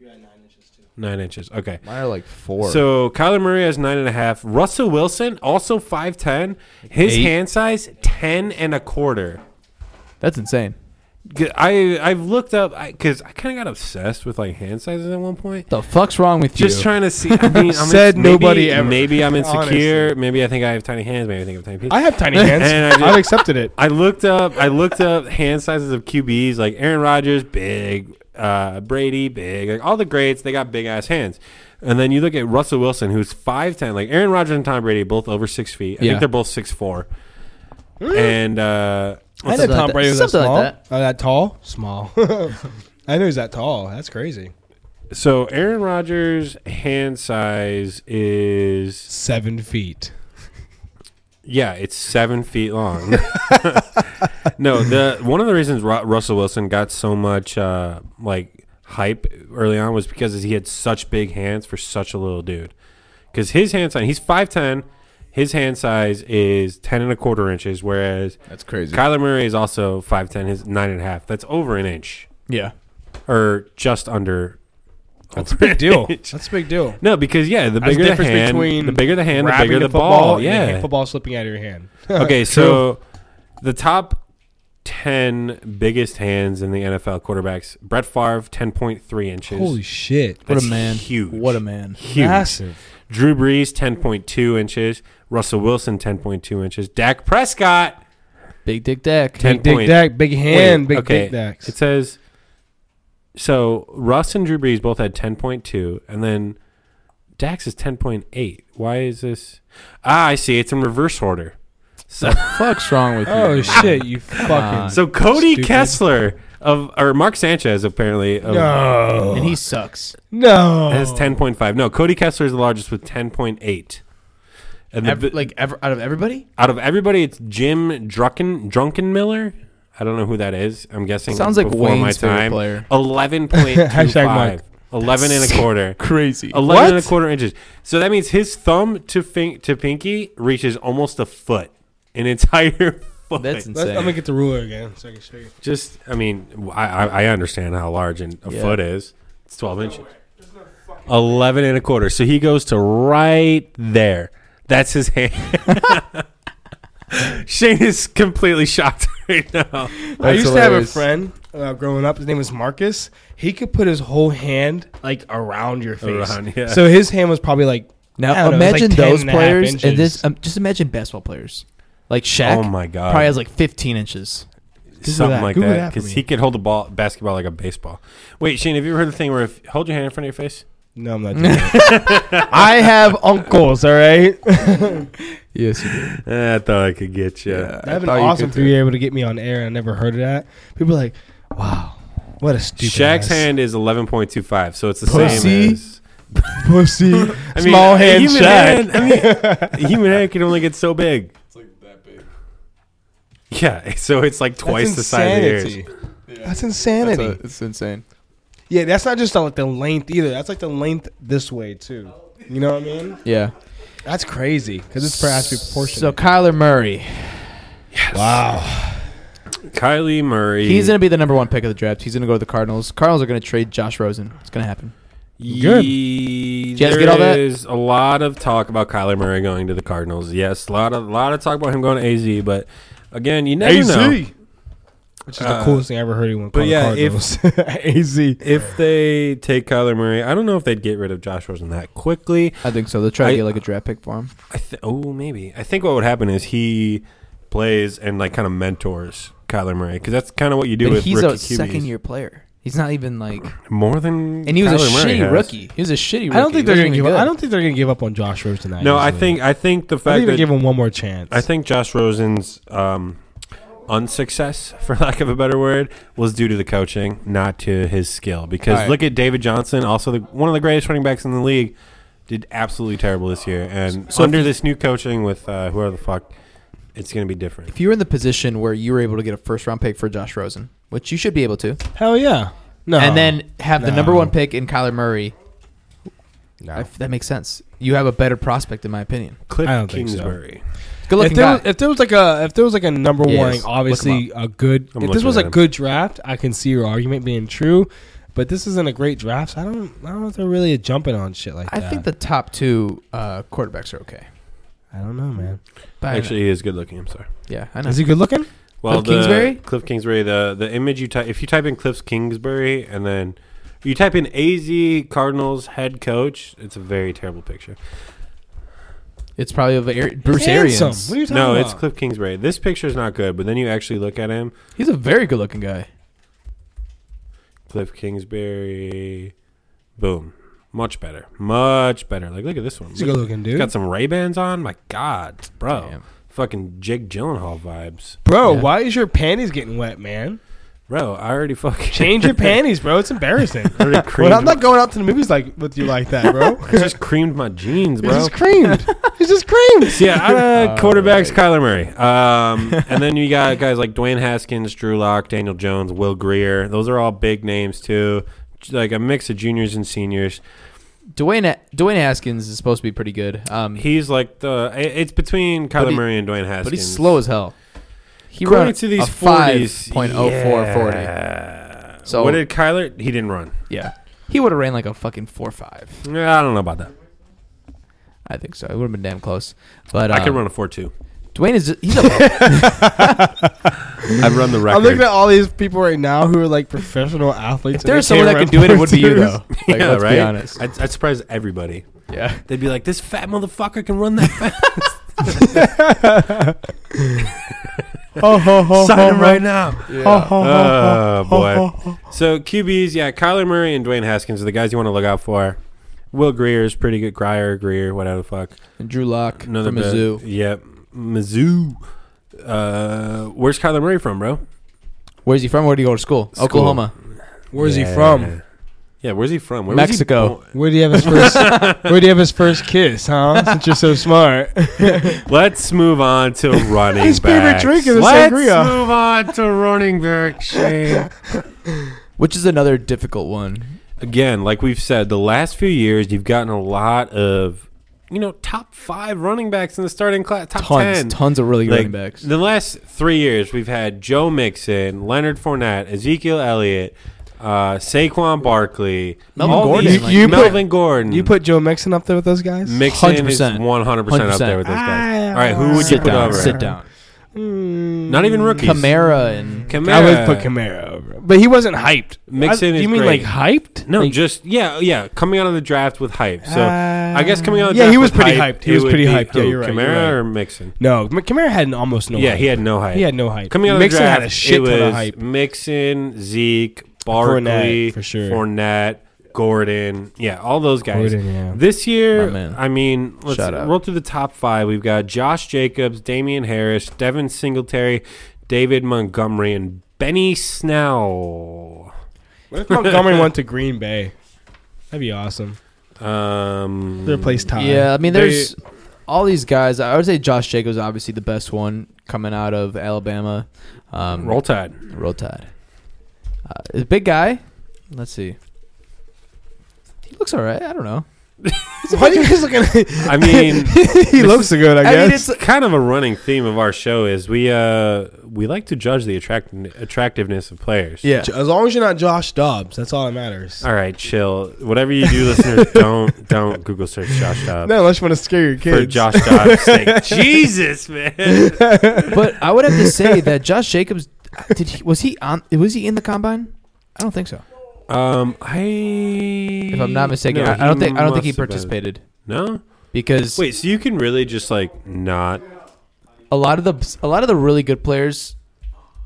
S2: you had nine inches too.
S1: Nine inches. Okay.
S3: mine are like four.
S1: So Kyler Murray has nine and a half. Russell Wilson also five ten. His
S3: Eight.
S1: hand size ten and a quarter.
S3: that's insane.
S1: G- I I've looked up because I, kind of got obsessed with like hand sizes at one point.
S3: The fuck's wrong with
S1: Just
S3: you?
S1: trying to see. I mean, I'm
S2: Said
S1: ins- maybe-
S2: nobody ever.
S1: Maybe I'm insecure.
S2: Honestly.
S1: Maybe I think I have tiny hands. Maybe I think I have tiny feet.
S2: I have tiny hands.
S1: And I do-
S2: I've accepted it.
S1: I looked up. I looked up hand sizes of QBs like Aaron Rodgers, big. Uh, Brady, big. Like all the greats, they got big ass hands. And then you look at Russell Wilson, who's five ten. Like Aaron Rodgers and Tom Brady, both over six feet. I
S3: Yeah.
S1: think they're both six four. And uh,
S2: I
S3: Something
S2: know
S3: like
S2: Tom
S3: that.
S2: Brady was that
S3: Something like
S2: small.
S3: that.
S2: Oh, that tall? Small. I knew he was that tall. That's crazy.
S1: so Aaron Rodgers' hand size is
S2: Seven feet.
S1: yeah, it's seven feet long. no, the one of the reasons Ru- Russell Wilson got so much uh, like hype early on was because he had such big hands for such a little dude. Because his hand size, he's five ten, his hand size is ten and a quarter inches, whereas
S3: that's crazy.
S1: Kyler Murray is also five ten, his nine and a half. That's over an inch
S3: yeah,
S1: or just under.
S2: That's a big deal. That's a big deal.
S1: No, because yeah, the
S2: That's
S1: bigger the,
S2: difference
S1: hand,
S2: between
S1: the bigger the hand, the
S2: Wrapping
S1: bigger the,
S2: football
S1: ball.
S2: and
S1: Yeah,
S2: the hand- football slipping out of your hand.
S1: Okay, so the top 10 biggest hands in the NFL quarterbacks Brett Favre, 10.3 inches.
S2: Holy shit.
S3: what a
S1: That's
S3: man!
S1: Huge.
S3: What a man!
S1: Huge.
S2: Massive.
S1: Drew Brees, 10.2 inches. Russell Wilson, 10.2 inches. Dak Prescott,
S3: Big dick deck.
S1: 10
S2: Big dick
S1: point-
S2: dack, big hand,
S1: Wait,
S2: big
S1: okay.
S2: dick dacks.
S1: It says so Russ and Drew Brees both had 10.2 and then Dax is 10.8. Why is this? Ah, I see. It's in reverse order. So
S3: fuck's wrong with you?
S2: oh
S3: man?
S2: shit, you
S3: on.
S2: fucking
S1: So Cody
S2: Stupid.
S1: Kessler of or Mark Sanchez apparently of,
S2: No.
S3: And he sucks.
S2: no.
S1: has ten point five. No, Cody Kessler is the largest with ten point eight. And the,
S3: Ev- like ever out of everybody,
S1: out of everybody, it's Jim Drunken Drunken Miller. I don't know who that is. I'm guessing
S3: sounds like
S1: before my
S3: Wayne's favorite
S1: time.
S3: player.
S1: Eleven point two
S2: Hashtag Mike.
S1: five. Eleven and a quarter.
S3: Crazy.
S1: Eleven and a quarter inches. So that means his thumb to fin- to pinky reaches almost a foot, an entire foot.
S3: That's insane.
S2: Let's, I'm gonna get the ruler again so I can show you.
S1: Just, I mean, I, I I understand how large an, a
S3: Yeah.
S1: foot is. It's 12 inches. 11 and a quarter. So he goes to right there. That's his hand. Shane is completely shocked right now.
S2: I
S3: That's
S2: used
S3: hilarious.
S2: to have a friend uh, growing up. His name was Marcus. He could put his whole hand like around your face.
S1: Around, yeah.
S2: So his hand was probably like I
S3: Now
S2: don't know, it's
S3: imagine
S2: like 10
S3: those
S2: and a half
S3: players, and,
S2: inches.
S3: this um, just imagine basketball players like Shaq.
S1: oh my God.
S3: probably has like 15 inches.
S1: Something
S2: that.
S1: like
S2: Google
S1: that.
S2: that for
S1: Because
S2: me.
S1: he could hold a ball, basketball like a baseball. Wait, Shane, have you ever heard the thing where if hold your hand in front of your face?
S2: No, I'm not. Doing that. I have uncles. All right.
S3: Yes, you do.
S1: Eh, I thought I could get you.
S3: Yeah.
S2: I have an
S3: thought you
S2: awesome
S3: could
S2: for
S3: do
S2: you able to get me on air. I never heard of that. People are like, wow, what a stupid.
S1: Shaq's
S2: ass.
S1: hand is 11.25, so it's the
S3: Pussy.
S1: same as.
S2: pussy,
S1: I mean,
S2: small
S1: a
S2: hand
S1: human
S2: Shaq.
S1: hand- I mean, a human hand can only get so big.
S5: It's like that big.
S1: Yeah, so it's like twice the size of yours.
S5: Yeah.
S2: That's insanity.
S3: That's a- it's insane.
S2: yeah, that's not just on, like the length either. That's like the length this way too. You know what I mean?
S3: Yeah.
S2: That's crazy because it's perhaps proportionate.
S3: So Kyler Murray,
S2: wow,
S1: Kylie Murray.
S3: he's gonna be the number one pick of the draft. He's gonna go to the Cardinals. Cardinals are gonna trade Josh Rosen. It's gonna happen.
S2: Good.
S1: Ye-
S3: you guys
S1: there
S3: get all that?
S1: is a lot of talk about Kyler Murray going to the Cardinals. Yes, a lot of lot of talk about him going to AZ, but again, you never know.
S2: which is the
S1: Uh,
S2: coolest thing I ever heard. Anyone
S1: but
S2: call
S1: yeah,
S2: the Cardinals. AZ.
S1: If they take Kyler Murray, I don't know if they'd get rid of Josh Rosen that quickly.
S3: I think so. They'll try
S1: I-
S3: to get like a draft pick for him.
S1: I th- oh maybe. I think what would happen is he plays and like kind of mentors Kyler Murray because that's kind of what you do
S3: But
S1: with
S3: he's
S1: rookie
S3: a
S1: QBs.
S3: second year player. He's not even like,
S1: more than
S3: and he was
S1: Kyler
S3: a
S1: Murray
S3: shitty
S1: has.
S3: rookie. He was a shitty. rookie.
S2: I don't think they're gonna
S3: He wasn't
S2: give.
S3: even
S2: Up, I
S3: good.
S2: don't think they're gonna give up on Josh Rosen. that
S1: No, I
S2: easily.
S1: think I think the
S2: I
S1: fact
S2: think they
S1: that
S2: give him one more chance.
S1: I think Josh Rosen's um, unsuccess, for lack of a better word, was due to the coaching, not to his skill. Because
S3: All right.
S1: look at David Johnson, also the, one of the greatest running backs in the league, did absolutely terrible this year. And
S3: So if
S1: under
S3: you-
S1: this new coaching with uh, whoever the fuck, it's going to be different.
S3: if you were in the position where you were able to get a first round pick for Josh Rosen, which you should be able to,
S2: Hell yeah. No.
S1: Oh.
S3: and then have the number
S2: No.
S3: one pick in Kyler Murray,
S2: no.
S3: I- that makes sense. You have a better prospect, in my opinion.
S1: Cliff
S2: I don't think so.
S1: Kingsbury.
S3: Good
S2: if
S3: looking
S2: there,
S3: guy.
S2: was, if there was like a if there was like a number
S3: Yes.
S2: one,
S3: Look 'em
S2: obviously a good.
S1: I'm
S2: if this
S1: looking
S2: was
S1: at
S2: a
S1: him.
S2: good draft, I can see your argument being true. But this isn't a great draft. So I don't. I don't know if they're really jumping on shit like
S3: I
S2: that.
S3: think the top two uh, quarterbacks are okay.
S2: I don't know, man.
S3: But I know-
S1: Actually, he is good looking. I'm sorry.
S3: yeah, I know.
S2: Is he good looking?
S1: Well,
S3: Cliff
S1: the-
S3: Kingsbury?
S1: Cliff Kingsbury. The the image you type if you type in Cliff Kingsbury and then you type in AZ Cardinals head coach, it's a very terrible picture.
S3: It's probably of Ari- Bruce
S2: Handsome.
S3: Arians.
S2: What are you talking
S1: No,
S2: about?
S1: it's Cliff Kingsbury. This picture's not good, but then you actually look at him.
S3: He's a very good looking guy.
S1: Cliff Kingsbury, boom, much better, much better. Like, look at this one.
S2: He's a good looking dude.
S1: Got some Ray Bans on. My God, bro,
S3: Damn.
S1: fucking Jake Gyllenhaal vibes,
S2: bro,
S3: Yeah.
S2: why is your panties getting wet, man?
S1: bro. I already fucking
S2: Change your panties, bro. It's embarrassing.
S1: I already
S2: Well,
S1: creamed
S2: I'm not going out to the movies like with you like that, bro.
S1: I just creamed my jeans,
S2: He's
S1: bro.
S2: just creamed. He's just creamed.
S1: So, yeah, uh,
S3: All
S1: quarterbacks Kyler Murray, um, and then you got guys like Dwayne Haskins, Drew Lock, Daniel Jones, Will Greer. Those are all big names too. Like a mix of juniors and seniors.
S3: Dwayne Dwayne Haskins is supposed to be pretty good. Um,
S1: He's like the. it- It's between
S3: But
S1: Kyler
S3: he-
S1: Murray and Dwayne Haskins.
S3: but he's slow as hell. He
S1: According
S3: ran
S1: to these
S3: a
S1: 40s,
S3: 5.04 40.
S1: yeah.
S3: So-
S1: what did Kyler? He didn't run.
S3: Yeah, he would have ran like a fucking four five.
S1: Yeah, I don't know about that.
S3: I think so. It would have been damn close. But
S1: I could
S3: um,
S1: run a four-two.
S3: Dwayne is he's a
S1: I'd run the record.
S2: I'm looking at all these people right now who are like professional athletes.
S3: if there's someone that could do it, it would be you though.
S1: yeah,
S3: Like, let's
S1: right.
S3: be honest.
S1: I'd, I'd surprise everybody.
S3: Yeah.
S1: They'd be like, "This fat motherfucker can run that fast.
S2: Oh, ho, ho,
S1: Sign
S2: ho,
S1: him
S2: ho.
S1: right now."
S2: Ho, ho, ho,
S1: Oh
S2: ho, ho,
S1: boy.
S2: ho, ho.
S1: So QBs, yeah, Kyler Murray and Dwayne Haskins are the guys you want to look out for. Will Greer is pretty good. Grier, Greer, whatever the fuck.
S3: And Drew Lock from
S1: Another bit.
S3: Mizzou.
S1: Yep, Mizzou. Uh, where's Kyler Murray from, bro?
S3: Where's he from? Where do you go to school?
S1: School.
S3: Oklahoma.
S2: Where's
S1: Yeah.
S2: he from?
S1: Yeah, where's he from? Where
S3: Mexico.
S1: Was he
S2: Where do you have his first? where do you have his first kiss, huh? Since you're so smart.
S1: born? Let's move on to running
S2: His favorite
S1: backs.
S2: drink is a
S1: Let's
S2: sangria.
S1: move on to running back, Shane.
S3: Which is another difficult one.
S1: Again, like we've said, the last few years you've gotten a lot of, you know, top five running backs in the starting class, top
S3: Tons,
S1: ten.
S3: tons of really good
S1: Like,
S3: running backs.
S1: The last three years, we've had Joe Mixon, Leonard Fournette, Ezekiel Elliott, uh, Saquon Barkley,
S3: Melvin
S1: all
S3: Gordon,
S1: these-
S3: like-
S2: You put-
S1: Melvin Gordon.
S2: you put Joe Mixon up there with those guys.
S1: Mixon is
S3: 100%.
S1: 100 percent up there with those guys.
S2: Ah,
S1: All right, who would you
S3: sit
S1: put
S3: down.
S1: over?
S3: Sit down.
S2: Mm.
S1: Not even rookies.
S3: Kamara and
S1: Kamara.
S2: I would put Camaro over, but he wasn't hyped.
S1: Mixon
S2: I,
S1: is
S2: you mean
S1: great.
S2: like hyped?
S1: No,
S2: Like-
S1: just yeah, yeah. Coming out of the draft with hype. So I guess
S2: Ah.
S1: coming out. Of the
S2: Yeah,
S1: draft
S2: he was
S1: with
S2: pretty
S1: hype,
S2: hyped. He
S1: it
S2: was
S1: would
S2: pretty
S1: be
S2: hyped. Yeah,
S1: who,
S2: you're right, you're
S1: Kamara
S2: right.
S1: or Mixon?
S2: no. M- Kamara had almost no.
S1: yeah,
S2: hype.
S1: he had no hype.
S2: He had no hype.
S1: Coming out of
S2: Mixon
S1: the draft,
S2: had a shit
S1: it
S2: ton
S1: was
S2: of hype.
S1: Mixon, Zeke, Barkley,
S2: for sure.
S1: Fournette, Gordon, yeah, all those guys.
S2: Gordon, yeah.
S1: This year,
S3: My man.
S1: I mean, let's
S3: Shout out.
S1: roll through the top five. We've got Josh Jacobs, Damian Harris, Devin Singletary, David Montgomery, and Benny Snell.
S2: What if Montgomery went to Green Bay? That'd be awesome.
S1: Um,
S2: They're place Ty.
S3: Yeah, I mean,
S1: They-
S3: there's all these guys. I would say Josh Jacobs obviously the best one coming out of Alabama. Um,
S1: Roll Tide.
S3: Roll Tide. Uh, is a big guy. Let's see. He looks all right. I don't know.
S2: Why are you guys looking? at
S1: I mean,
S2: He looks good, I
S3: I mean,
S2: guess.
S3: it's
S1: kind of a running theme of our show is we uh we like to judge the attract- attractiveness of players.
S3: yeah.
S2: As long as you're not Josh Dobbs, that's all that matters.
S1: All right, chill. Whatever you do, listeners, don't don't Google search Josh Dobbs
S2: No, unless you want to scare your kids.
S1: for Josh Dobbs' sake. Jesus, man.
S3: But I would have to say that Josh Jacobs did he was he on was he in the combine? I don't think so.
S1: Um, I if
S3: If I'm not mistaken, I, I don't think I don't think he participated
S1: No.
S3: because
S1: Wait, so you can really just like not
S3: a lot of the a lot of the really good players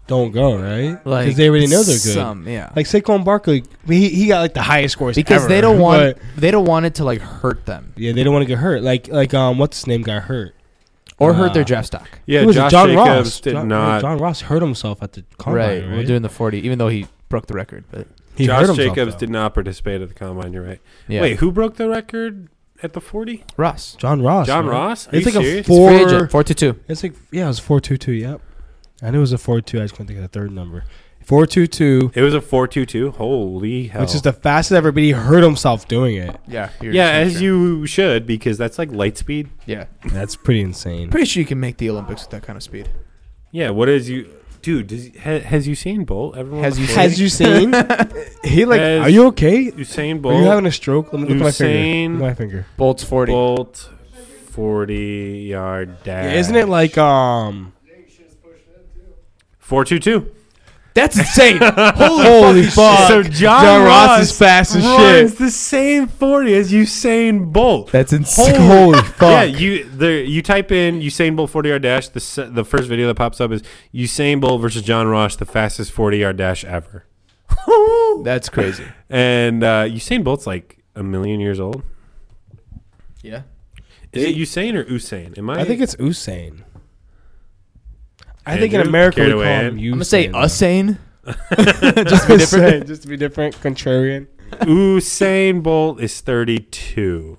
S2: Don't go, right? Because
S3: like
S2: they already know they're good.
S3: Some, yeah.
S2: Like Saquon Barkley, he, he got like the highest scores
S3: because
S2: ever,
S3: they don't want
S2: but-
S3: they don't want it to like hurt them
S2: yeah, they don't want to get hurt. Like like um, what's his name got hurt?
S3: or
S2: Uh,
S3: hurt their draft stock.
S1: Yeah,
S2: Who was it?
S1: Josh
S2: John
S1: Jacobs
S2: Ross.
S1: did
S2: John,
S1: not
S2: John Ross hurt himself at the combine, right?
S3: right, we're doing the forty, even though he broke the record. But
S2: he hurt
S1: Josh
S2: himself,
S1: Jacobs
S2: though.
S1: did not participate at the combine, you're right.
S3: yeah,
S1: Wait, who broke the record at the 40?
S3: Ross,
S2: John Ross.
S1: John
S2: man.
S1: Ross? Are
S2: It's
S1: you
S2: like
S1: serious?
S2: a four.
S3: free agent, four to two.
S2: It's like yeah, it was four two two. Yep, I knew it was a four two. I just couldn't think of the third number. Four two two,
S1: It was a 4-2-2. Holy hell.
S3: Oh.
S2: which is the fastest ever. But he hurt himself doing it.
S3: Yeah,
S1: yeah, as you should, because that's like light speed.
S3: yeah,
S2: That's pretty insane.
S3: pretty sure you can make the Olympics with that kind of speed.
S1: Yeah, what is you, dude? Does, ha, has Usain Bolt everyone?
S3: Has
S1: before-
S2: Has you seen? he like,
S1: Has-
S2: are you okay?
S1: Usain Bolt?
S2: Are you having a stroke? Let me look at my
S1: Usain
S2: finger. Look at my finger.
S3: Bolt's forty.
S1: Bolt forty yard dash?
S2: Yeah, isn't it like um?
S1: four two two?
S3: That's insane. Holy,
S2: Holy fuck!
S1: So John,
S2: John
S1: Ross,
S2: Ross is fast as
S1: runs
S2: shit.
S1: the same forty as Usain Bolt.
S3: That's
S2: Holy,
S3: insane.
S1: Yeah,
S2: fuck!
S1: you there. You type in Usain Bolt forty yard dash. The se- the first video that pops up is Usain Bolt versus John Ross, the fastest forty yard dash ever.
S3: That's crazy.
S1: and uh, Usain Bolt's like a million years old.
S3: Yeah.
S1: Is it Usain or Usain? Am I?
S2: I think it's Usain. I think in
S1: Andrew,
S2: America we
S1: carried
S2: call
S1: away.
S2: him Usain.
S3: I'm gonna say
S2: though.
S3: Usain.
S2: just to be different. just to be different, contrarian.
S1: Usain Bolt is 32.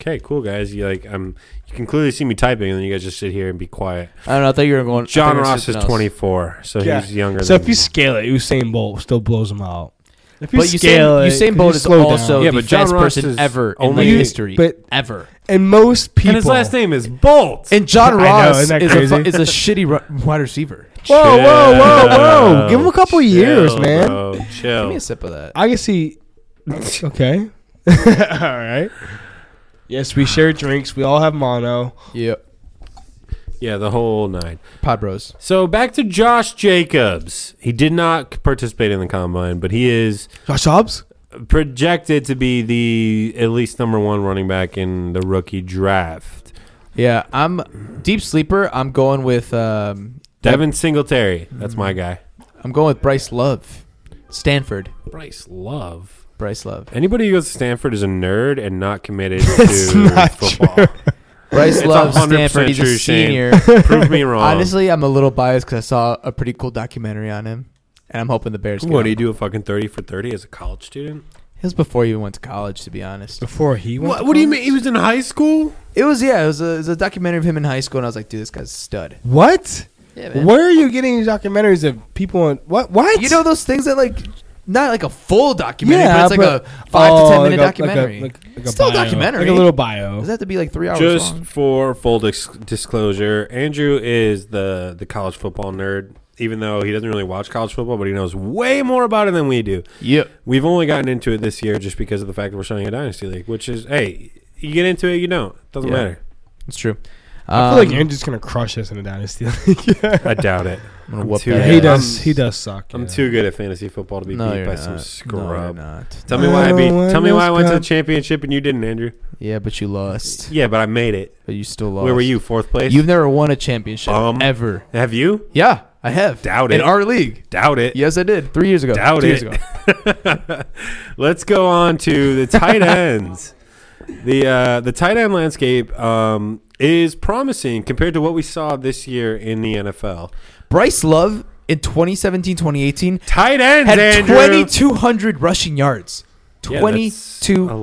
S1: Okay, cool guys. You like um you can clearly see me typing and then you guys just sit here and be quiet.
S3: I don't know. I thought you were going. I
S1: John
S3: thought you were
S1: Ross is
S3: something else.
S1: 24, so
S2: Yeah.
S1: he's younger
S2: So
S1: than
S2: if you scale it, Usain Bolt still blows him out. If you
S3: But Usain,
S2: scale it,
S3: Usain
S2: 'cause
S3: Bolt
S2: you
S3: is
S2: slow down.
S3: also
S1: Yeah,
S3: the
S1: but John
S3: fastest
S1: Ross
S3: person
S1: is
S3: ever in
S1: only-
S3: like history.
S2: But-
S3: ever.
S2: and most people.
S1: And his last name is Bolt.
S3: And John
S2: I know,
S3: Ross
S2: isn't that
S3: is, a, fu-
S2: crazy?
S3: is a shitty ru- wide receiver.
S2: Whoa, whoa, whoa, whoa! Give him a couple
S1: Chill,
S2: years, man.
S1: bro,
S3: Give me
S1: chill.
S3: a sip of that.
S2: I can see. Okay. all right. Yes, we share drinks. We all have mono.
S3: Yep.
S1: Yeah, the whole nine.
S3: Pod Bros.
S1: So back to Josh Jacobs. He did not participate in the combine, but he is
S2: Josh Dobbs.
S1: projected to be the at least number one running back in the rookie draft.
S3: Yeah, I'm deep sleeper. I'm going with um,
S1: Devin Singletary, that's my guy.
S3: I'm going with Bryce Love, Stanford.
S1: Bryce Love.
S3: Bryce Love.
S1: Anybody who goes to Stanford is a nerd and not committed to
S2: not
S1: football.
S3: Bryce
S1: It's
S3: Love,
S1: 100%
S3: Stanford. He's
S1: true,
S3: a
S1: Shane.
S3: senior.
S1: Prove me wrong.
S3: Honestly, I'm a little biased because I saw a pretty cool documentary on him, and I'm hoping the Bears. Get
S1: what do you
S3: him.
S1: do a fucking thirty for thirty as a college student?
S3: It was before he even went to college, to be honest.
S2: Before he went.
S1: What, what do you mean? He was in high school.
S3: It was yeah, it was, a, it was a documentary of him in high school, and I was like, dude, this guy's a stud.
S2: What?
S3: Yeah,
S2: Where are you getting these documentaries of people? On, what? What?
S3: You know those things that like, not like a full documentary, but it's like
S2: but-
S3: a five
S2: Oh,
S3: to ten minute
S2: like a- like a-
S3: documentary.
S2: like- like a
S3: Still a
S2: bio.
S3: documentary.
S2: Like a little bio.
S3: Does that have to be like three hours
S1: Just
S3: long?
S1: for full dis- disclosure, Andrew is the the college football nerd. Even though he doesn't really watch college football, but he knows way more about it than we do.
S3: Yep.
S1: We've only gotten into it this year just because of the fact that we're starting a dynasty league, which is hey, you get into it, you don't. Doesn't
S3: Yeah.
S1: matter.
S3: It's true.
S2: I
S3: Um,
S2: feel like Andrew's gonna crush us in a dynasty league.
S1: I doubt it.
S3: I'm gonna
S1: I'm
S3: whoop
S1: too-
S3: that
S1: Yeah,
S2: he
S1: I'm-
S3: ass.
S2: does. he does suck.
S1: I'm
S2: yeah.
S1: too good at fantasy football to be
S3: No,
S1: beat
S3: you're
S1: by
S3: not.
S1: some
S3: No, you're
S1: scrub.
S3: not.
S1: Tell me
S2: I
S1: why I
S2: don't
S1: beat.
S2: want
S1: Tell me
S2: no
S1: why I went to the
S2: scrub.
S1: championship and you didn't, Andrew.
S3: Yeah, but you lost.
S1: Yeah, but I made it.
S3: But you still lost.
S1: Where were you? Fourth place.
S3: You've never won a championship
S1: Um,
S3: ever.
S1: have you?
S3: Yeah, I I have
S1: Doubt
S3: in
S1: it.
S3: our league.
S1: Doubt it.
S3: Yes, I did three years ago.
S1: Doubt
S3: two
S1: it.
S3: years ago.
S1: Let's go on to the tight ends. the uh, The tight end landscape um, is promising compared to what we saw this year in the NFL.
S3: Bryce Love in 2017-2018
S1: Tight ends,
S3: had
S1: Andrew.
S3: 2,200 rushing yards.
S1: Yeah, that's a
S3: 2,200.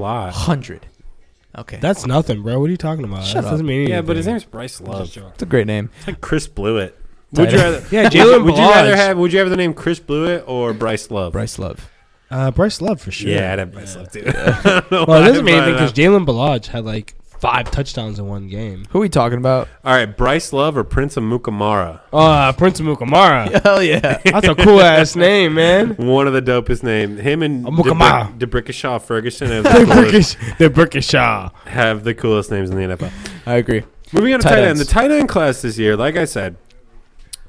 S1: lot.
S3: okay, that's
S2: That's nothing, bro. What are you talking about?
S3: Shut
S2: that
S3: up.
S2: doesn't mean anything.
S1: Yeah, but his name's Bryce Love.
S3: a great name.
S1: It's like Chris Blewett.
S3: Tight
S1: Would you
S3: end.
S1: rather?
S2: Yeah,
S1: Would you,
S2: Jalen
S1: would you rather
S2: Balaj.
S1: have? Would you have the name Chris Blewett or Bryce Love?
S3: Bryce Love.
S2: uh, Bryce Love for sure.
S1: Yeah, I'd have Bryce Love too. I don't know
S2: Well, it
S1: why,
S2: doesn't mean
S1: but,
S2: anything because
S1: uh,
S2: Jalen Balaj had like five touchdowns in one game.
S3: Who are we talking about?
S1: all right, Bryce Love or Prince of Mukamara.
S2: Uh, Prince of Mukamara.
S3: Hell yeah.
S2: That's a cool ass name, man.
S1: One of the dopest names. Him and
S2: Mukamara.
S1: Debrickashaw Ferguson have the, coolest,
S2: the Brickishaw.
S1: have the coolest names in the NFL.
S3: I agree.
S1: Moving on to
S3: Tight
S1: tight, end.
S3: ends.
S1: The tight end class this year, like I said,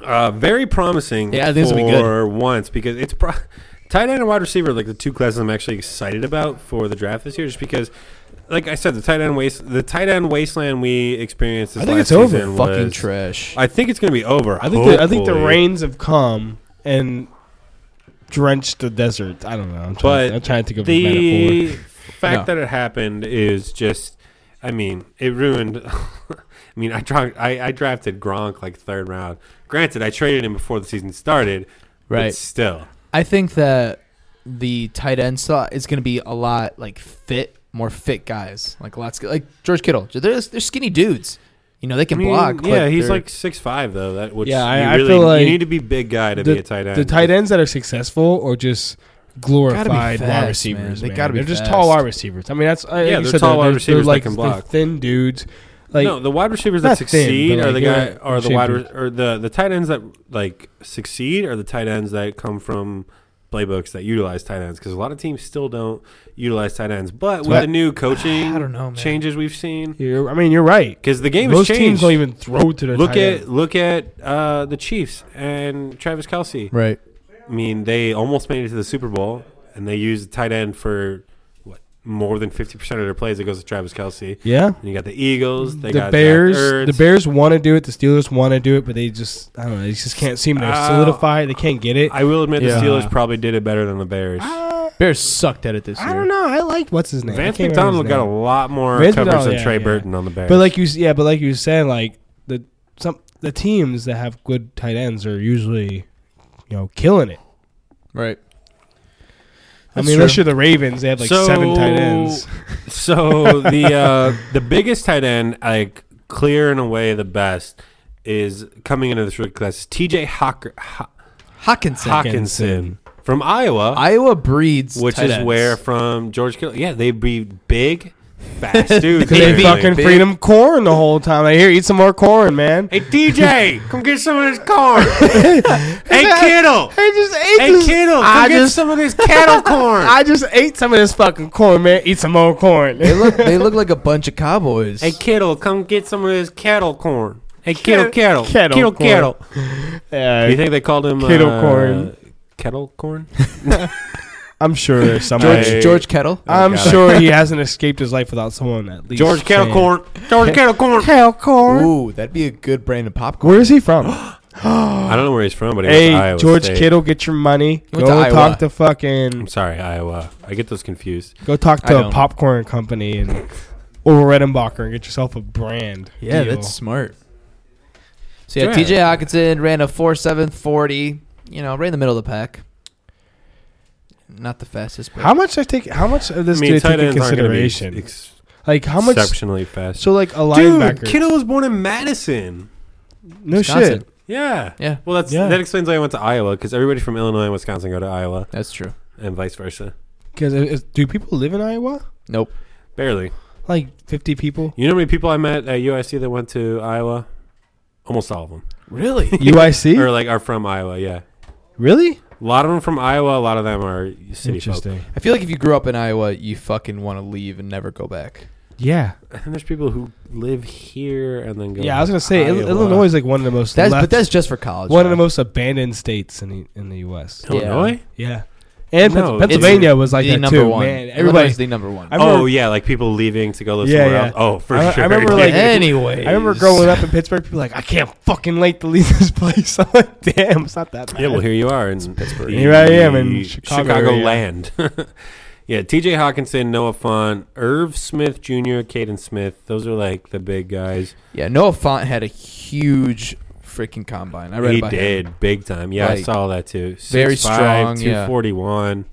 S1: uh, very promising
S3: Yeah, I think it's
S1: for
S3: gonna be good.
S1: once because it's pro- tight end and wide receiver, like the two classes I'm actually excited about for the draft this year, just because, like I said, the tight end waste, the tight end wasteland we experienced this
S2: I think
S1: last
S2: it's over.
S1: season
S3: Fucking
S1: was-
S3: trash.
S1: I think it's going to be over.
S2: I think the, I think the
S1: hopefully.
S2: rains have come and drenched the desert. I don't know. I'm trying,
S1: But
S2: I'm trying to think of a metaphor.
S1: the fact
S3: No.
S1: that it happened is just i mean it ruined i mean I, dra- I i drafted gronk like third round granted i traded him before the season started
S3: Right.
S1: but still
S3: I think that the tight end slot is going to be a lot like fit, more fit guys. Like lots, like George Kittle. They're they're skinny dudes. You know they
S1: I
S3: can
S1: mean,
S3: block. but
S1: yeah he's
S3: they're-
S1: like six five though that which
S2: Yeah, I-
S1: you
S2: I
S1: really
S2: feel like
S1: you need to be big guy to be a tight end
S2: The tight ends that are successful or just glorified
S3: fast,
S2: wide receivers.
S3: man. They
S2: man.
S3: gotta be
S2: They're just
S3: fast.
S2: tall wide receivers. I mean, that's I- like
S1: Yeah,
S2: you
S1: they're
S2: said,
S1: tall wide
S2: they're
S1: receivers that
S2: like,
S1: can
S2: they're
S1: block.
S2: thin dudes. Like
S1: no, the wide receivers that
S2: not thin,
S1: succeed are
S2: but, like,
S1: the
S2: yeah,
S1: guy are the
S2: shaped
S1: wide
S2: it.
S1: re- or the the tight ends that like succeed are the tight ends that come from playbooks that utilize tight ends because a lot of teams still don't utilize tight ends. But with
S2: But-
S1: the new coaching
S3: I don't know, man.
S1: changes we've seen,
S2: You're, I mean, you're right.
S1: because the game
S2: Most
S1: has
S2: teams
S1: changed.
S2: don't even throw to the
S1: look
S2: tight
S1: at
S2: end.
S1: look at uh, the Chiefs and Travis Kelsey.
S3: right.
S1: I mean, they almost made it to the Super Bowl, and they used tight end for what more than fifty percent of their plays. It goes to Travis Kelsey.
S2: yeah.
S1: And you got the Eagles. They
S2: the
S1: got Zach
S2: Bears, the
S1: Ertz.
S2: Bears want to do it. The Steelers want to do it, but they just, I don't know, they just can't seem to
S1: Uh,
S2: solidify. it. They can't get it. I,
S1: I will admit
S3: Yeah.
S1: the Steelers probably did it better than the Bears.
S3: Bears sucked at it this year.
S2: I don't know. I liked what's his name. I
S1: Vance
S2: can't remember his
S1: McDonald got a
S2: name.
S1: lot more
S2: Vance
S1: covers
S2: McDonald,
S1: than
S2: yeah,
S1: Trey
S2: yeah.
S1: Burton on the Bears.
S2: But like you, s- yeah, but like you said, like the some the teams that have good tight ends are usually, you know, killing it.
S3: Right.
S2: I
S3: That's
S2: mean,
S3: true.
S2: unless you're the Ravens, they have like seven tight
S1: So-
S2: ends.
S1: so the uh, the biggest tight end, like clear and away the best, is coming into this rookie class. T.J. Hawker, Ho-
S3: Hawkinson.
S1: Hawkinson from Iowa,
S3: Iowa breeds,
S1: which
S3: tight
S1: is
S3: ends.
S1: where from George Kittle. Yeah, they be big, fast dudes.
S2: Because they
S1: apparently.
S2: fucking
S3: Big-
S2: feed them corn the whole time. Like, here, eat some more corn, man.
S1: Hey TJ, come get some of this corn. hey Kittle,
S2: I just ate
S1: hey Kittle, come
S2: I
S1: get
S2: just,
S1: some of this cattle corn.
S2: I just ate some of this fucking corn, man. Eat some more corn.
S3: they look. They look like a bunch of cowboys.
S1: Hey Kittle, come get some of this cattle corn. Hey Kittle, Kittle, Kittle,
S2: Kettle corn.
S1: Kittle. Do you
S2: yeah,
S1: think they called him uh,
S2: Kittle corn.
S1: Kettle corn.
S2: I'm sure
S3: George
S1: I-
S2: somebody.
S3: George Kettle.
S2: I'm
S1: got it.
S2: sure he hasn't escaped his life without someone at least.
S1: George Kettle
S2: saying-
S1: corn. George Kettle corn.
S2: Kettle corn.
S3: Ooh, that'd be a good brand of popcorn.
S2: Where is he from?
S1: I don't know where he's from, but he went to
S2: Hey,
S1: Iowa
S2: George
S1: State.
S2: Kittle, get your money. Go
S3: went to Iowa.
S2: talk to
S1: I'm
S2: fucking.
S1: sorry, Iowa. I get those confused.
S2: Go talk
S3: I
S2: to a
S3: don't.
S2: popcorn company and over Redenbacher and get yourself a brand.
S3: Yeah,
S2: deal.
S3: that's smart. So yeah,
S1: Yeah.
S3: TJ Hawkinson ran a four seven forty. You know, right in the middle of the pack. Not the fastest. But
S2: How much I take? How much of
S1: I
S2: this do
S1: mean,
S2: they
S1: tight
S2: take in
S1: ends aren't going to
S2: consideration?
S1: be ex-
S2: like how much?
S1: exceptionally fast.
S2: So like a
S1: Dude,
S2: linebacker.
S1: Kittle was born in Madison.
S2: no
S3: Wisconsin.
S2: shit.
S1: Yeah.
S3: Yeah,
S1: Well, that's
S2: Yeah.
S1: that explains why I went to Iowa because everybody from Illinois and Wisconsin go to Iowa
S3: that's true.
S1: and vice versa.
S2: Because do people live in Iowa?
S3: Nope.
S1: Barely.
S2: Like 50 people.
S1: You know how many people I met at UIC that went to Iowa? Almost all of them,
S3: Really?
S1: or
S2: UIC.
S1: like are from Iowa. Yeah.
S2: really?
S1: A lot of them from Iowa. A lot of them are city folk.
S2: Interesting.
S3: I feel like if you grew up in Iowa, you fucking want to leave and never go back.
S2: Yeah.
S1: And there's people who live here and then go.
S2: Yeah, I was
S1: to
S2: gonna say Il-
S1: Iowa.
S2: Illinois is like one of the most.
S3: That's
S2: left-
S3: but that's just for college.
S2: one of
S3: though.
S2: the most abandoned states in the in the U.S.
S3: Yeah.
S1: Illinois.
S2: Yeah. And Pen-
S1: No,
S2: Pennsylvania was like
S3: the
S2: that
S3: number
S2: too,
S3: one.
S2: man.
S3: Everybody's
S2: Everybody.
S3: the number one.
S2: I remember-
S1: oh yeah, like people leaving to go live
S2: Yeah,
S1: somewhere
S2: yeah.
S1: else. Oh, for
S2: I- I
S1: sure.
S2: remember,
S1: yeah.
S2: like-
S3: anyway,
S2: I remember growing up in Pittsburgh, people were like, I can't fucking wait to leave this place. I'm like, damn, it's not that bad.
S1: yeah, well, here you are in
S2: Pittsburgh.
S1: Pittsburgh.
S2: Here I am in Chicago area.
S1: land. yeah, T.J. Hawkinson, Noah Font, Irv Smith Jr., Caden Smith. Those are like the big guys.
S3: yeah, Noah Font had a huge freaking combine. I read
S1: he
S3: about
S1: did
S3: him.
S1: big time. Yeah, I
S3: Like,
S1: saw that too.
S3: very
S1: 6'5",
S3: strong, yeah.
S1: 241.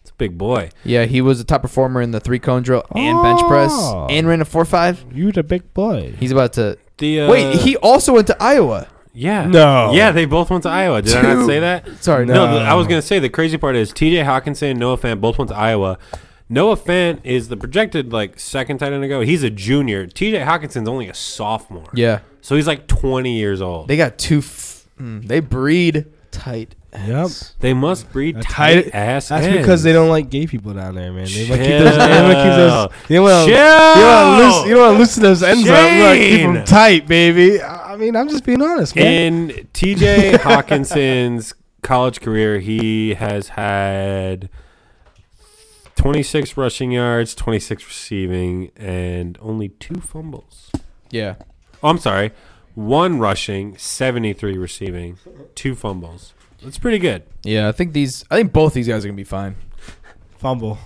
S1: It's a big boy.
S3: Yeah, he was a top performer in the three cone drill and bench press
S2: Oh.
S3: and ran a four five.
S2: You the big boy.
S3: He's about to
S1: The uh,
S3: wait. He also went to Iowa.
S1: yeah
S2: No.
S1: yeah they both went to Iowa. Did I not
S3: Dude.
S1: say that?
S3: Sorry,
S1: No,
S3: no.
S1: th- I was gonna say the crazy part is T.J. Hawkinson, Noah Fant both went to Iowa. Noah Fant is the projected like second tight end to go. He's a junior. T.J. Hawkinson's only a sophomore.
S3: Yeah,
S1: So he's like 20 years old. They,
S3: they got two. F- mm, they breed tight.
S2: Yep.
S3: ends.
S1: must breed
S2: That's-
S1: tight ass.
S2: That's
S1: ends.
S2: because they don't like gay people down there, man. They like keep
S1: Chill.
S2: those. They like keep those. They want
S1: Chill.
S2: to. You want to loosen, you wanna loosen those ends up. You wanna keep
S1: Shane.
S2: them tight, baby. I I mean, I'm just being honest, man.
S1: In T.J. Hawkinson's college career, he has had 26 rushing yards, 26 receiving, and only two fumbles.
S3: Yeah,
S1: Oh, I'm sorry. One rushing, 73 receiving, two fumbles. That's pretty good.
S3: yeah. I think these. I think both these guys are gonna be fine.
S2: Fumble.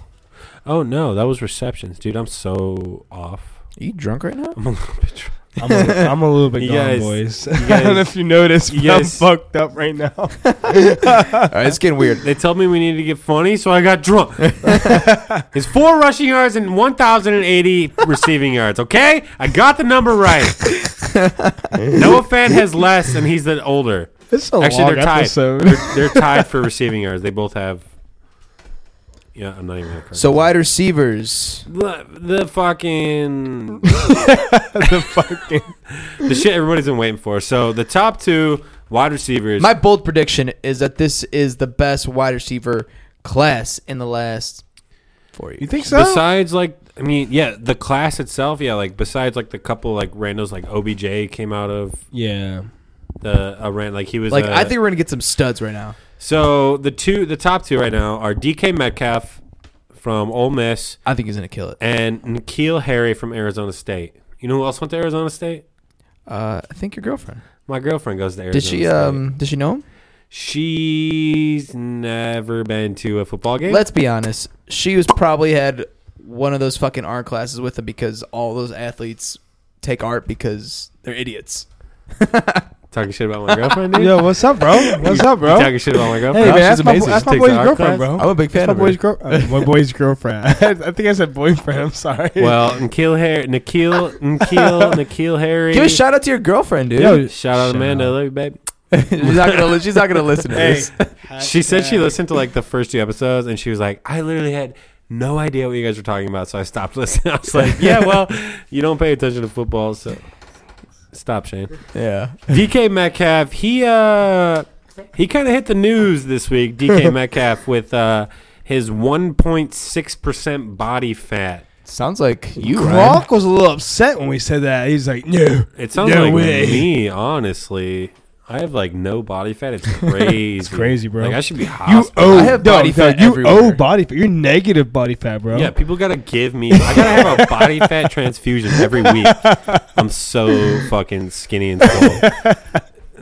S1: Oh, no, that was receptions. Dude, I'm so off.
S3: Are you drunk right now?
S1: I'm a little bit drunk.
S2: I'm a, I'm a little bit
S1: You
S2: gone,
S1: guys-
S2: boys. I don't know
S1: guys-
S2: if you noticed,
S1: you
S2: but I'm
S1: guys-
S2: fucked up right now.
S3: All right, it's getting weird.
S1: They told me we needed to get funny, so I got drunk. it's four rushing yards and 1,080 receiving yards, okay? I got the number right. Noah Fan has less, and he's the older.
S2: It's a
S1: Actually,
S2: long
S1: they're tied.
S2: episode.
S1: They're tied for receiving yards. They both have. Yeah, I'm not even going to
S3: So wide receivers.
S1: The, the fucking
S2: the fucking
S1: the shit everybody's been waiting for. So the top two wide receivers.
S3: My bold prediction is that this is the best wide receiver class in the last four years.
S2: You think so?
S1: besides, like, I mean, yeah, the class itself, yeah, like, besides, like, the couple, like, randos, like, OBJ came out of
S2: yeah.
S1: the, a ran, like, he was,
S3: Like
S1: uh,
S3: I think we're gonna get some studs right now.
S1: so the two, the top two right now are DK Metcalf from Ole Miss
S3: I think he's gonna kill it.
S1: and Nikhil Harry from Arizona State. You know who else went to Arizona State?
S3: Uh, I think your girlfriend.
S1: My girlfriend goes to Arizona
S3: Did she
S1: State.
S3: um? Did she know him?
S1: She's never been to a football game.
S3: Let's be honest. She was probably had one of those fucking art classes with him because all those athletes take art because they're idiots.
S1: talking shit about my girlfriend, dude.
S2: Yo, what's up, bro? What's up, bro?
S1: Talking shit about my
S2: Hey,
S1: girlfriend.
S2: man,
S3: she's
S2: that's my,
S3: amazing.
S2: bo- that's
S1: She
S2: my
S1: takes
S2: boy's
S1: our
S2: girlfriend,
S1: class.
S2: bro.
S3: I'm a big
S2: That's
S3: fan
S2: my
S3: of
S2: boy's,
S3: her.
S2: girl- uh, my boy's girlfriend. I think I said boyfriend. I'm sorry.
S1: Well, Nikhil Harry, Nikhil, Nikhil, Nikhil Harry.
S3: Give a shout out to your girlfriend, dude.
S2: Yo,
S1: Shout out Amanda, love you, babe.
S3: she's not gonna. li- She's not gonna listen to
S2: Hey.
S3: this.
S2: Uh,
S1: She said she listened to like the first two episodes, and she was like, "I literally had no idea what you guys were talking about, so I stopped listening." I was like, "Yeah, well, you don't pay attention to football, so stop, Shane."
S3: Yeah.
S1: DK Metcalf, he uh, he kind of hit the news this week. DK Metcalf with uh, his 1.6 percent body fat.
S3: Sounds like you, Ryan.
S2: Gronk was a little upset when we said that. He's like, no.
S1: It sounds
S2: No
S1: like
S2: way.
S1: me, honestly. I have like no body fat. It's crazy.
S2: It's crazy, bro.
S1: Like I should be
S2: You
S1: hospitalized.
S2: owe
S3: I have body fat
S2: You
S3: everywhere.
S2: owe body fat. You're negative body fat, bro.
S1: Yeah, people gotta give me. I gotta have a body fat transfusion every week. I'm so fucking skinny and small.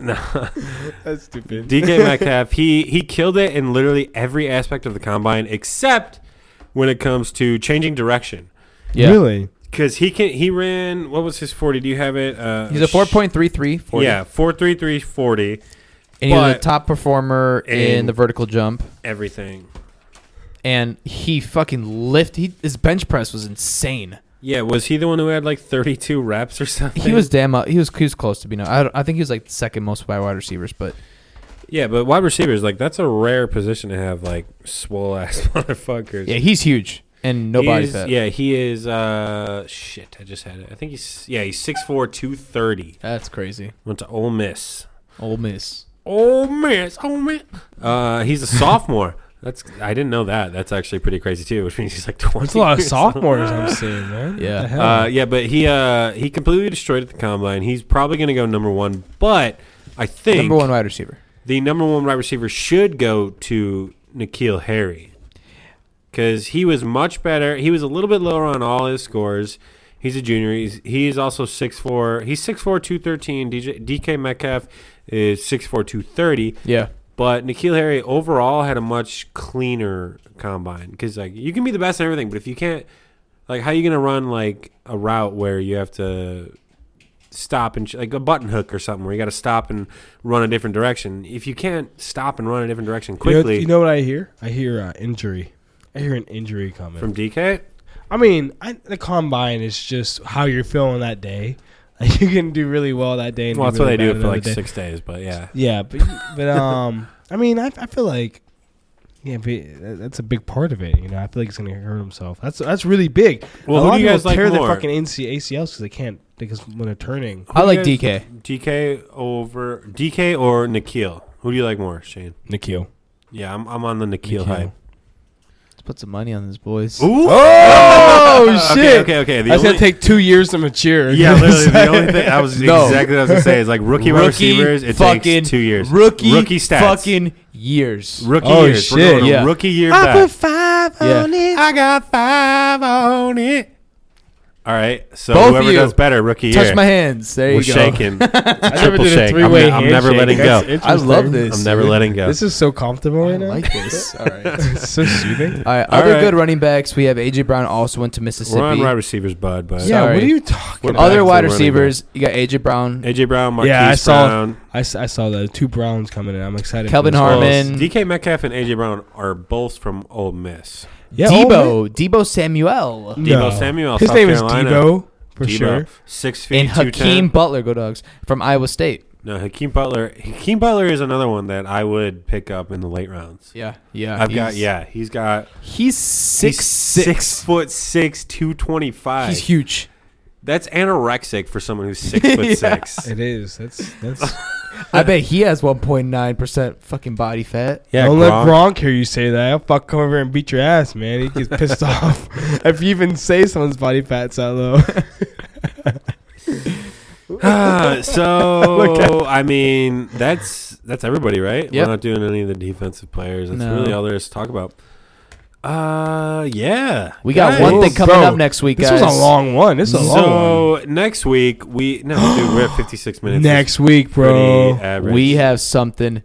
S2: That's stupid.
S1: DK Metcalf, he he killed it in literally every aspect of the combine except when it comes to changing direction.
S3: Yeah.
S2: Really?
S1: Cause he can he ran what was his forty? Do you have it? Uh,
S3: He's a four point three three.
S1: Yeah, four three three forty.
S3: And he was a
S1: But-
S3: top performer in
S1: And-
S3: the vertical jump.
S1: Everything.
S3: And he fucking lift. He, his bench press was insane.
S1: Yeah, was he the one who had like thirty two reps or something?
S3: He was damn. Uh, he was. He was close to being. I, don't- I think he was like the second most by wide receivers. But
S1: Yeah, but wide receivers like that's a rare position to have like swole ass motherfuckers.
S3: yeah, he's huge and no body
S1: He's-
S3: fat.
S1: Yeah, he is. uh Shit, I just had it. I think he's yeah, he's 6'4", 230.
S3: That's crazy.
S1: Went to Ole Miss.
S3: Ole Miss.
S1: Ole Miss, Ole Miss. Uh, he's a sophomore. That's I didn't know that. That's actually pretty crazy too, which means he's like twenty.
S2: That's a lot of
S1: years old.
S2: sophomores I'm seeing, man.
S3: Yeah.
S2: What the hell?
S1: Uh, yeah, but he uh he completely destroyed at the combine. He's probably gonna go number one, but I think
S3: Number one wide receiver.
S1: the number one wide receiver should go to Nikhil Harry because he was much better. He was a little bit lower on all his scores. He's a junior. He's he's also 6'4". He's 6'4", 213. DJ, DK Metcalf is 6'4", 230.
S3: Yeah.
S1: But Nikhil Harry overall had a much cleaner combine because like you can be the best in everything, but if you can't, like, how you gonna run like a route where you have to stop and sh- like a button hook or something where you got to stop and run a different direction? If you can't stop and run a different direction
S2: You know-
S1: quickly
S2: You know, what I hear? I hear uh, injury. I hear an injury coming.
S1: from DK,
S2: I mean, I, the combine is just how you're feeling that day. Like you can do really well that day. And
S1: well,
S2: do
S1: that's what
S2: really
S1: they do
S2: bad
S1: for
S2: another
S1: like
S2: day.
S1: six days. But yeah,
S2: Yeah, but but um, I mean, I, I feel like yeah, but that- that's a big part of it. You know, I feel like he's gonna hurt himself. That's that's really big.
S1: Well,
S2: a
S1: who
S2: lot
S1: do you
S2: of
S1: guys
S2: people
S1: like
S2: tear
S1: more?
S2: their fucking NC ACLs because they can't because when they're turning.
S3: I like
S1: Who do you guys-
S3: DK.
S1: DK over DK or Nikhil. Who do you like more, Shane?
S2: Nikhil.
S1: Yeah, I'm, I'm on the Nikhil,
S2: Nikhil.
S1: hype.
S3: Let's put some money on these boys.
S1: Ooh.
S2: Oh
S1: Okay, okay, okay. The
S2: That's
S1: only,
S2: gonna take two years to mature.
S1: yeah, literally the only thing I was
S3: No.
S1: exactly what I was gonna say is like rookie, wide receivers. It
S3: fucking
S1: takes two years.
S3: Rookie,
S1: rookie stats.
S3: fucking years.
S1: rookie
S2: Oh,
S1: years. We're
S2: shit,
S1: going to
S3: yeah.
S1: Rookie year.
S2: I
S1: back.
S2: put five
S3: Yeah.
S2: on it.
S1: I got five on it. All right, so
S3: Both of
S1: whoever
S3: you.
S1: does better, rookie
S3: Touch
S1: year.
S3: my hands. There you
S1: We're
S3: go.
S1: shaking. It's a
S2: I never
S1: triple
S2: did a
S1: shake. I'm,
S2: three-way
S1: I'm never
S2: handshake.
S1: letting
S2: That's
S1: go.
S3: I love
S2: interesting.
S3: this.
S1: I'm never letting go.
S2: This is so comfortable
S3: I
S2: right now.
S3: like this. All right. All
S2: it's so soothing.
S3: right.
S1: All
S3: Other
S1: right.
S3: good running backs. We have AJ Brown also went to Mississippi.
S1: We're on wide receivers, bud, but
S3: Yeah,
S2: Yeah,
S3: Sorry.
S2: what are you
S1: We're
S2: talking about?
S1: back to
S3: Other wide
S1: running back.
S3: receivers. You got AJ Brown.
S1: AJ Brown, Marquise
S2: Yeah, I saw-
S1: Brown,
S2: I, s- I saw the two Browns coming in. I'm excited. for
S3: Kelvin
S2: this.
S3: Harmon.
S1: Well, DK Metcalf and AJ Brown are both from Ole Miss.
S2: Yeah, Ole
S3: Debo. Debo Samuel.
S2: Miss-
S1: Debo Samuel,
S2: His
S1: South
S2: name
S1: Carolina.
S2: is Debo for
S1: Debo,
S2: sure.
S1: Six feet,
S3: And Hakeem
S1: 210.
S3: Butler. Go dogs. From Iowa State.
S1: No, Hakeem Butler. Hakeem Butler is another one that I would pick up in the late rounds.
S3: Yeah. Yeah.
S1: I've got,
S3: he's-
S1: yeah, he's got
S3: He's six
S1: he's
S3: six.
S1: six foot six, 225.
S3: He's huge.
S1: That's anorexic for someone who's six foot
S3: Yeah.
S1: six.
S2: It is. That's that's.
S3: I bet he has 1.9 percent fucking body fat.
S1: Yeah, Gronk.
S2: Don't let Gronk hear you say that. I'll fuck come over and beat your ass, man. He gets pissed off if you even say someone's body fat's that low.
S1: Ah, so I mean, that's that's everybody, right?
S3: Yep.
S1: We're not doing any of the defensive players. That's
S3: No.
S1: really all there is to talk about. Uh, yeah,
S3: We got
S1: guys.
S3: one thing coming
S2: bro,
S3: up next week,
S2: this
S3: guys.
S2: was a long one. This is a long
S1: So next week we no, dude, we're at fifty six
S2: one.
S1: minutes.
S2: Next week,
S1: It's pretty
S2: bro.
S1: average.
S3: We have something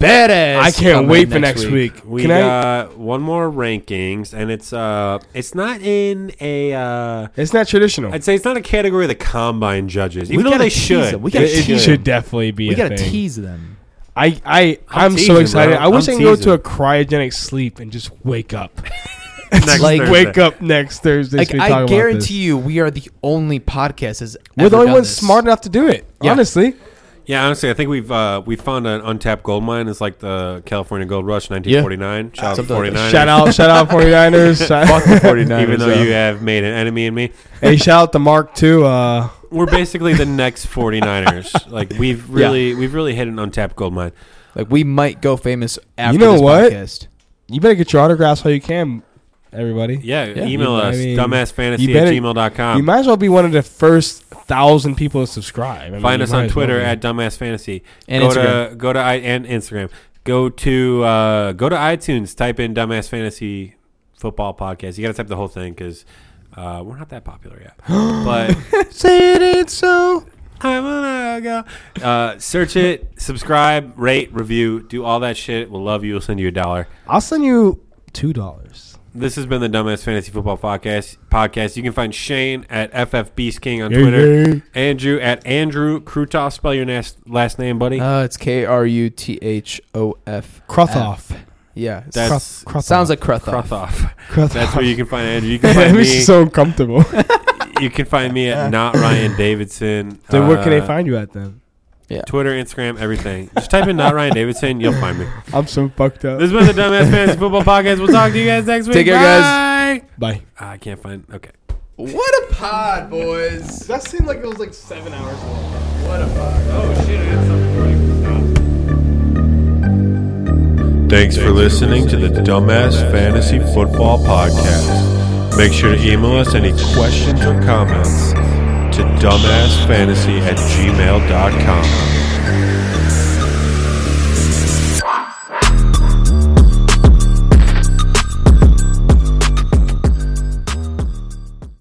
S3: badass.
S2: I can't
S3: coming
S2: wait for next week.
S1: we
S2: Can I?
S1: got one more rankings, and it's uh, it's not in a uh.
S2: It's not traditional.
S1: I'd say it's not a category of the combine judges,
S3: We
S1: even though
S3: gotta
S1: they
S3: tease
S1: should.
S3: them. We
S1: They
S3: gotta
S2: It, it
S3: tease
S2: should definitely be.
S3: We
S2: a
S3: gotta
S2: thing.
S3: tease them.
S2: I I
S1: I'm
S2: I'm, so
S1: teasing,
S2: excited.
S1: bro.
S2: I wish
S1: I'm
S2: I could go
S1: teasing.
S2: to a cryogenic sleep and just wake up.
S1: Next
S3: Like-
S1: Thursday.
S2: wake up next Thursday.
S3: Like
S2: so we talk
S3: I
S2: about
S3: guarantee
S2: this.
S3: you, we are the only podcast that's
S2: we're the
S3: ever
S2: only
S3: done
S2: ones
S3: this.
S2: smart enough to do it.
S3: Yeah.
S2: Honestly,
S1: Yeah, honestly, I think we've uh, we found an untapped gold mine. It's like the California Gold Rush, 1949.
S2: Ah,
S1: Shout out to
S3: Something like
S1: 49.
S2: shout out, shout out, 49ers. Shout-
S1: Even though
S3: yeah.
S1: you have made an enemy in me,
S2: hey, shout out to Mark too. Uh,
S1: we're basically the next 49ers. like we've really we've really hit an untapped gold mine.
S3: like we might go famous after
S2: know
S3: this
S2: what?
S3: podcast.
S2: you better get your autographs while you can, everybody.
S1: Yeah,
S3: Yeah.
S1: email
S2: I
S1: us
S2: mean,
S1: dumbassfantasy
S2: you better-
S1: at gmail.com.
S2: you might as well be one of the first thousand people to subscribe. I mean,
S1: Find
S2: you
S1: us
S2: might
S1: on
S2: as well
S1: Twitter
S2: be.
S1: at dumbassfantasy.
S3: And
S1: go
S3: Instagram.
S1: to go to I, and Instagram. Go to uh, go to iTunes. Type in dumbass fantasy football podcast. You got to type the whole thing because uh, we're not that popular yet. but
S2: Say it ain't so.
S1: I wanna go. Uh, search it, subscribe, rate, review, do all that shit. We'll love you. We'll send you a dollar.
S2: I'll send you two dollars.
S1: This has been the Dumbass Fantasy Football Podcast. Podcast. You can find Shane at FFBeastKing on Twitter. Andrew at Andrew Krutoff. Spell your nas- last name, buddy.
S3: Uh, it's K R U T H O F.
S2: Kruthoff.
S3: Yeah, it's-
S1: That's
S2: Kruthoff.
S3: sounds like Kruthoff.
S1: Kruthoff.
S2: Kruthoff.
S1: That's where you can find Andrew. You can
S2: It
S1: find
S2: makes
S1: me.
S2: you so uncomfortable.
S1: you can find me at not Ryan Davidson.
S2: Then where can they
S1: Uh,
S2: find you at then?
S1: Twitter, Instagram, everything. Just type in not Ryan Davidson. You'll find me.
S2: I'm so fucked up.
S1: This has been the Dumbass Fantasy Football Podcast. We'll talk to you guys next week.
S3: Take care, guys.
S1: Bye.
S2: Bye.
S1: Ah, I can't find. Okay.
S3: What a pod, boys!
S2: That seemed like it was like seven hours long.
S1: Thanks for listening to the Dumbass Fantasy Football Podcast. Make sure to email us any questions or comments to dumbassfantasy at gmail.com.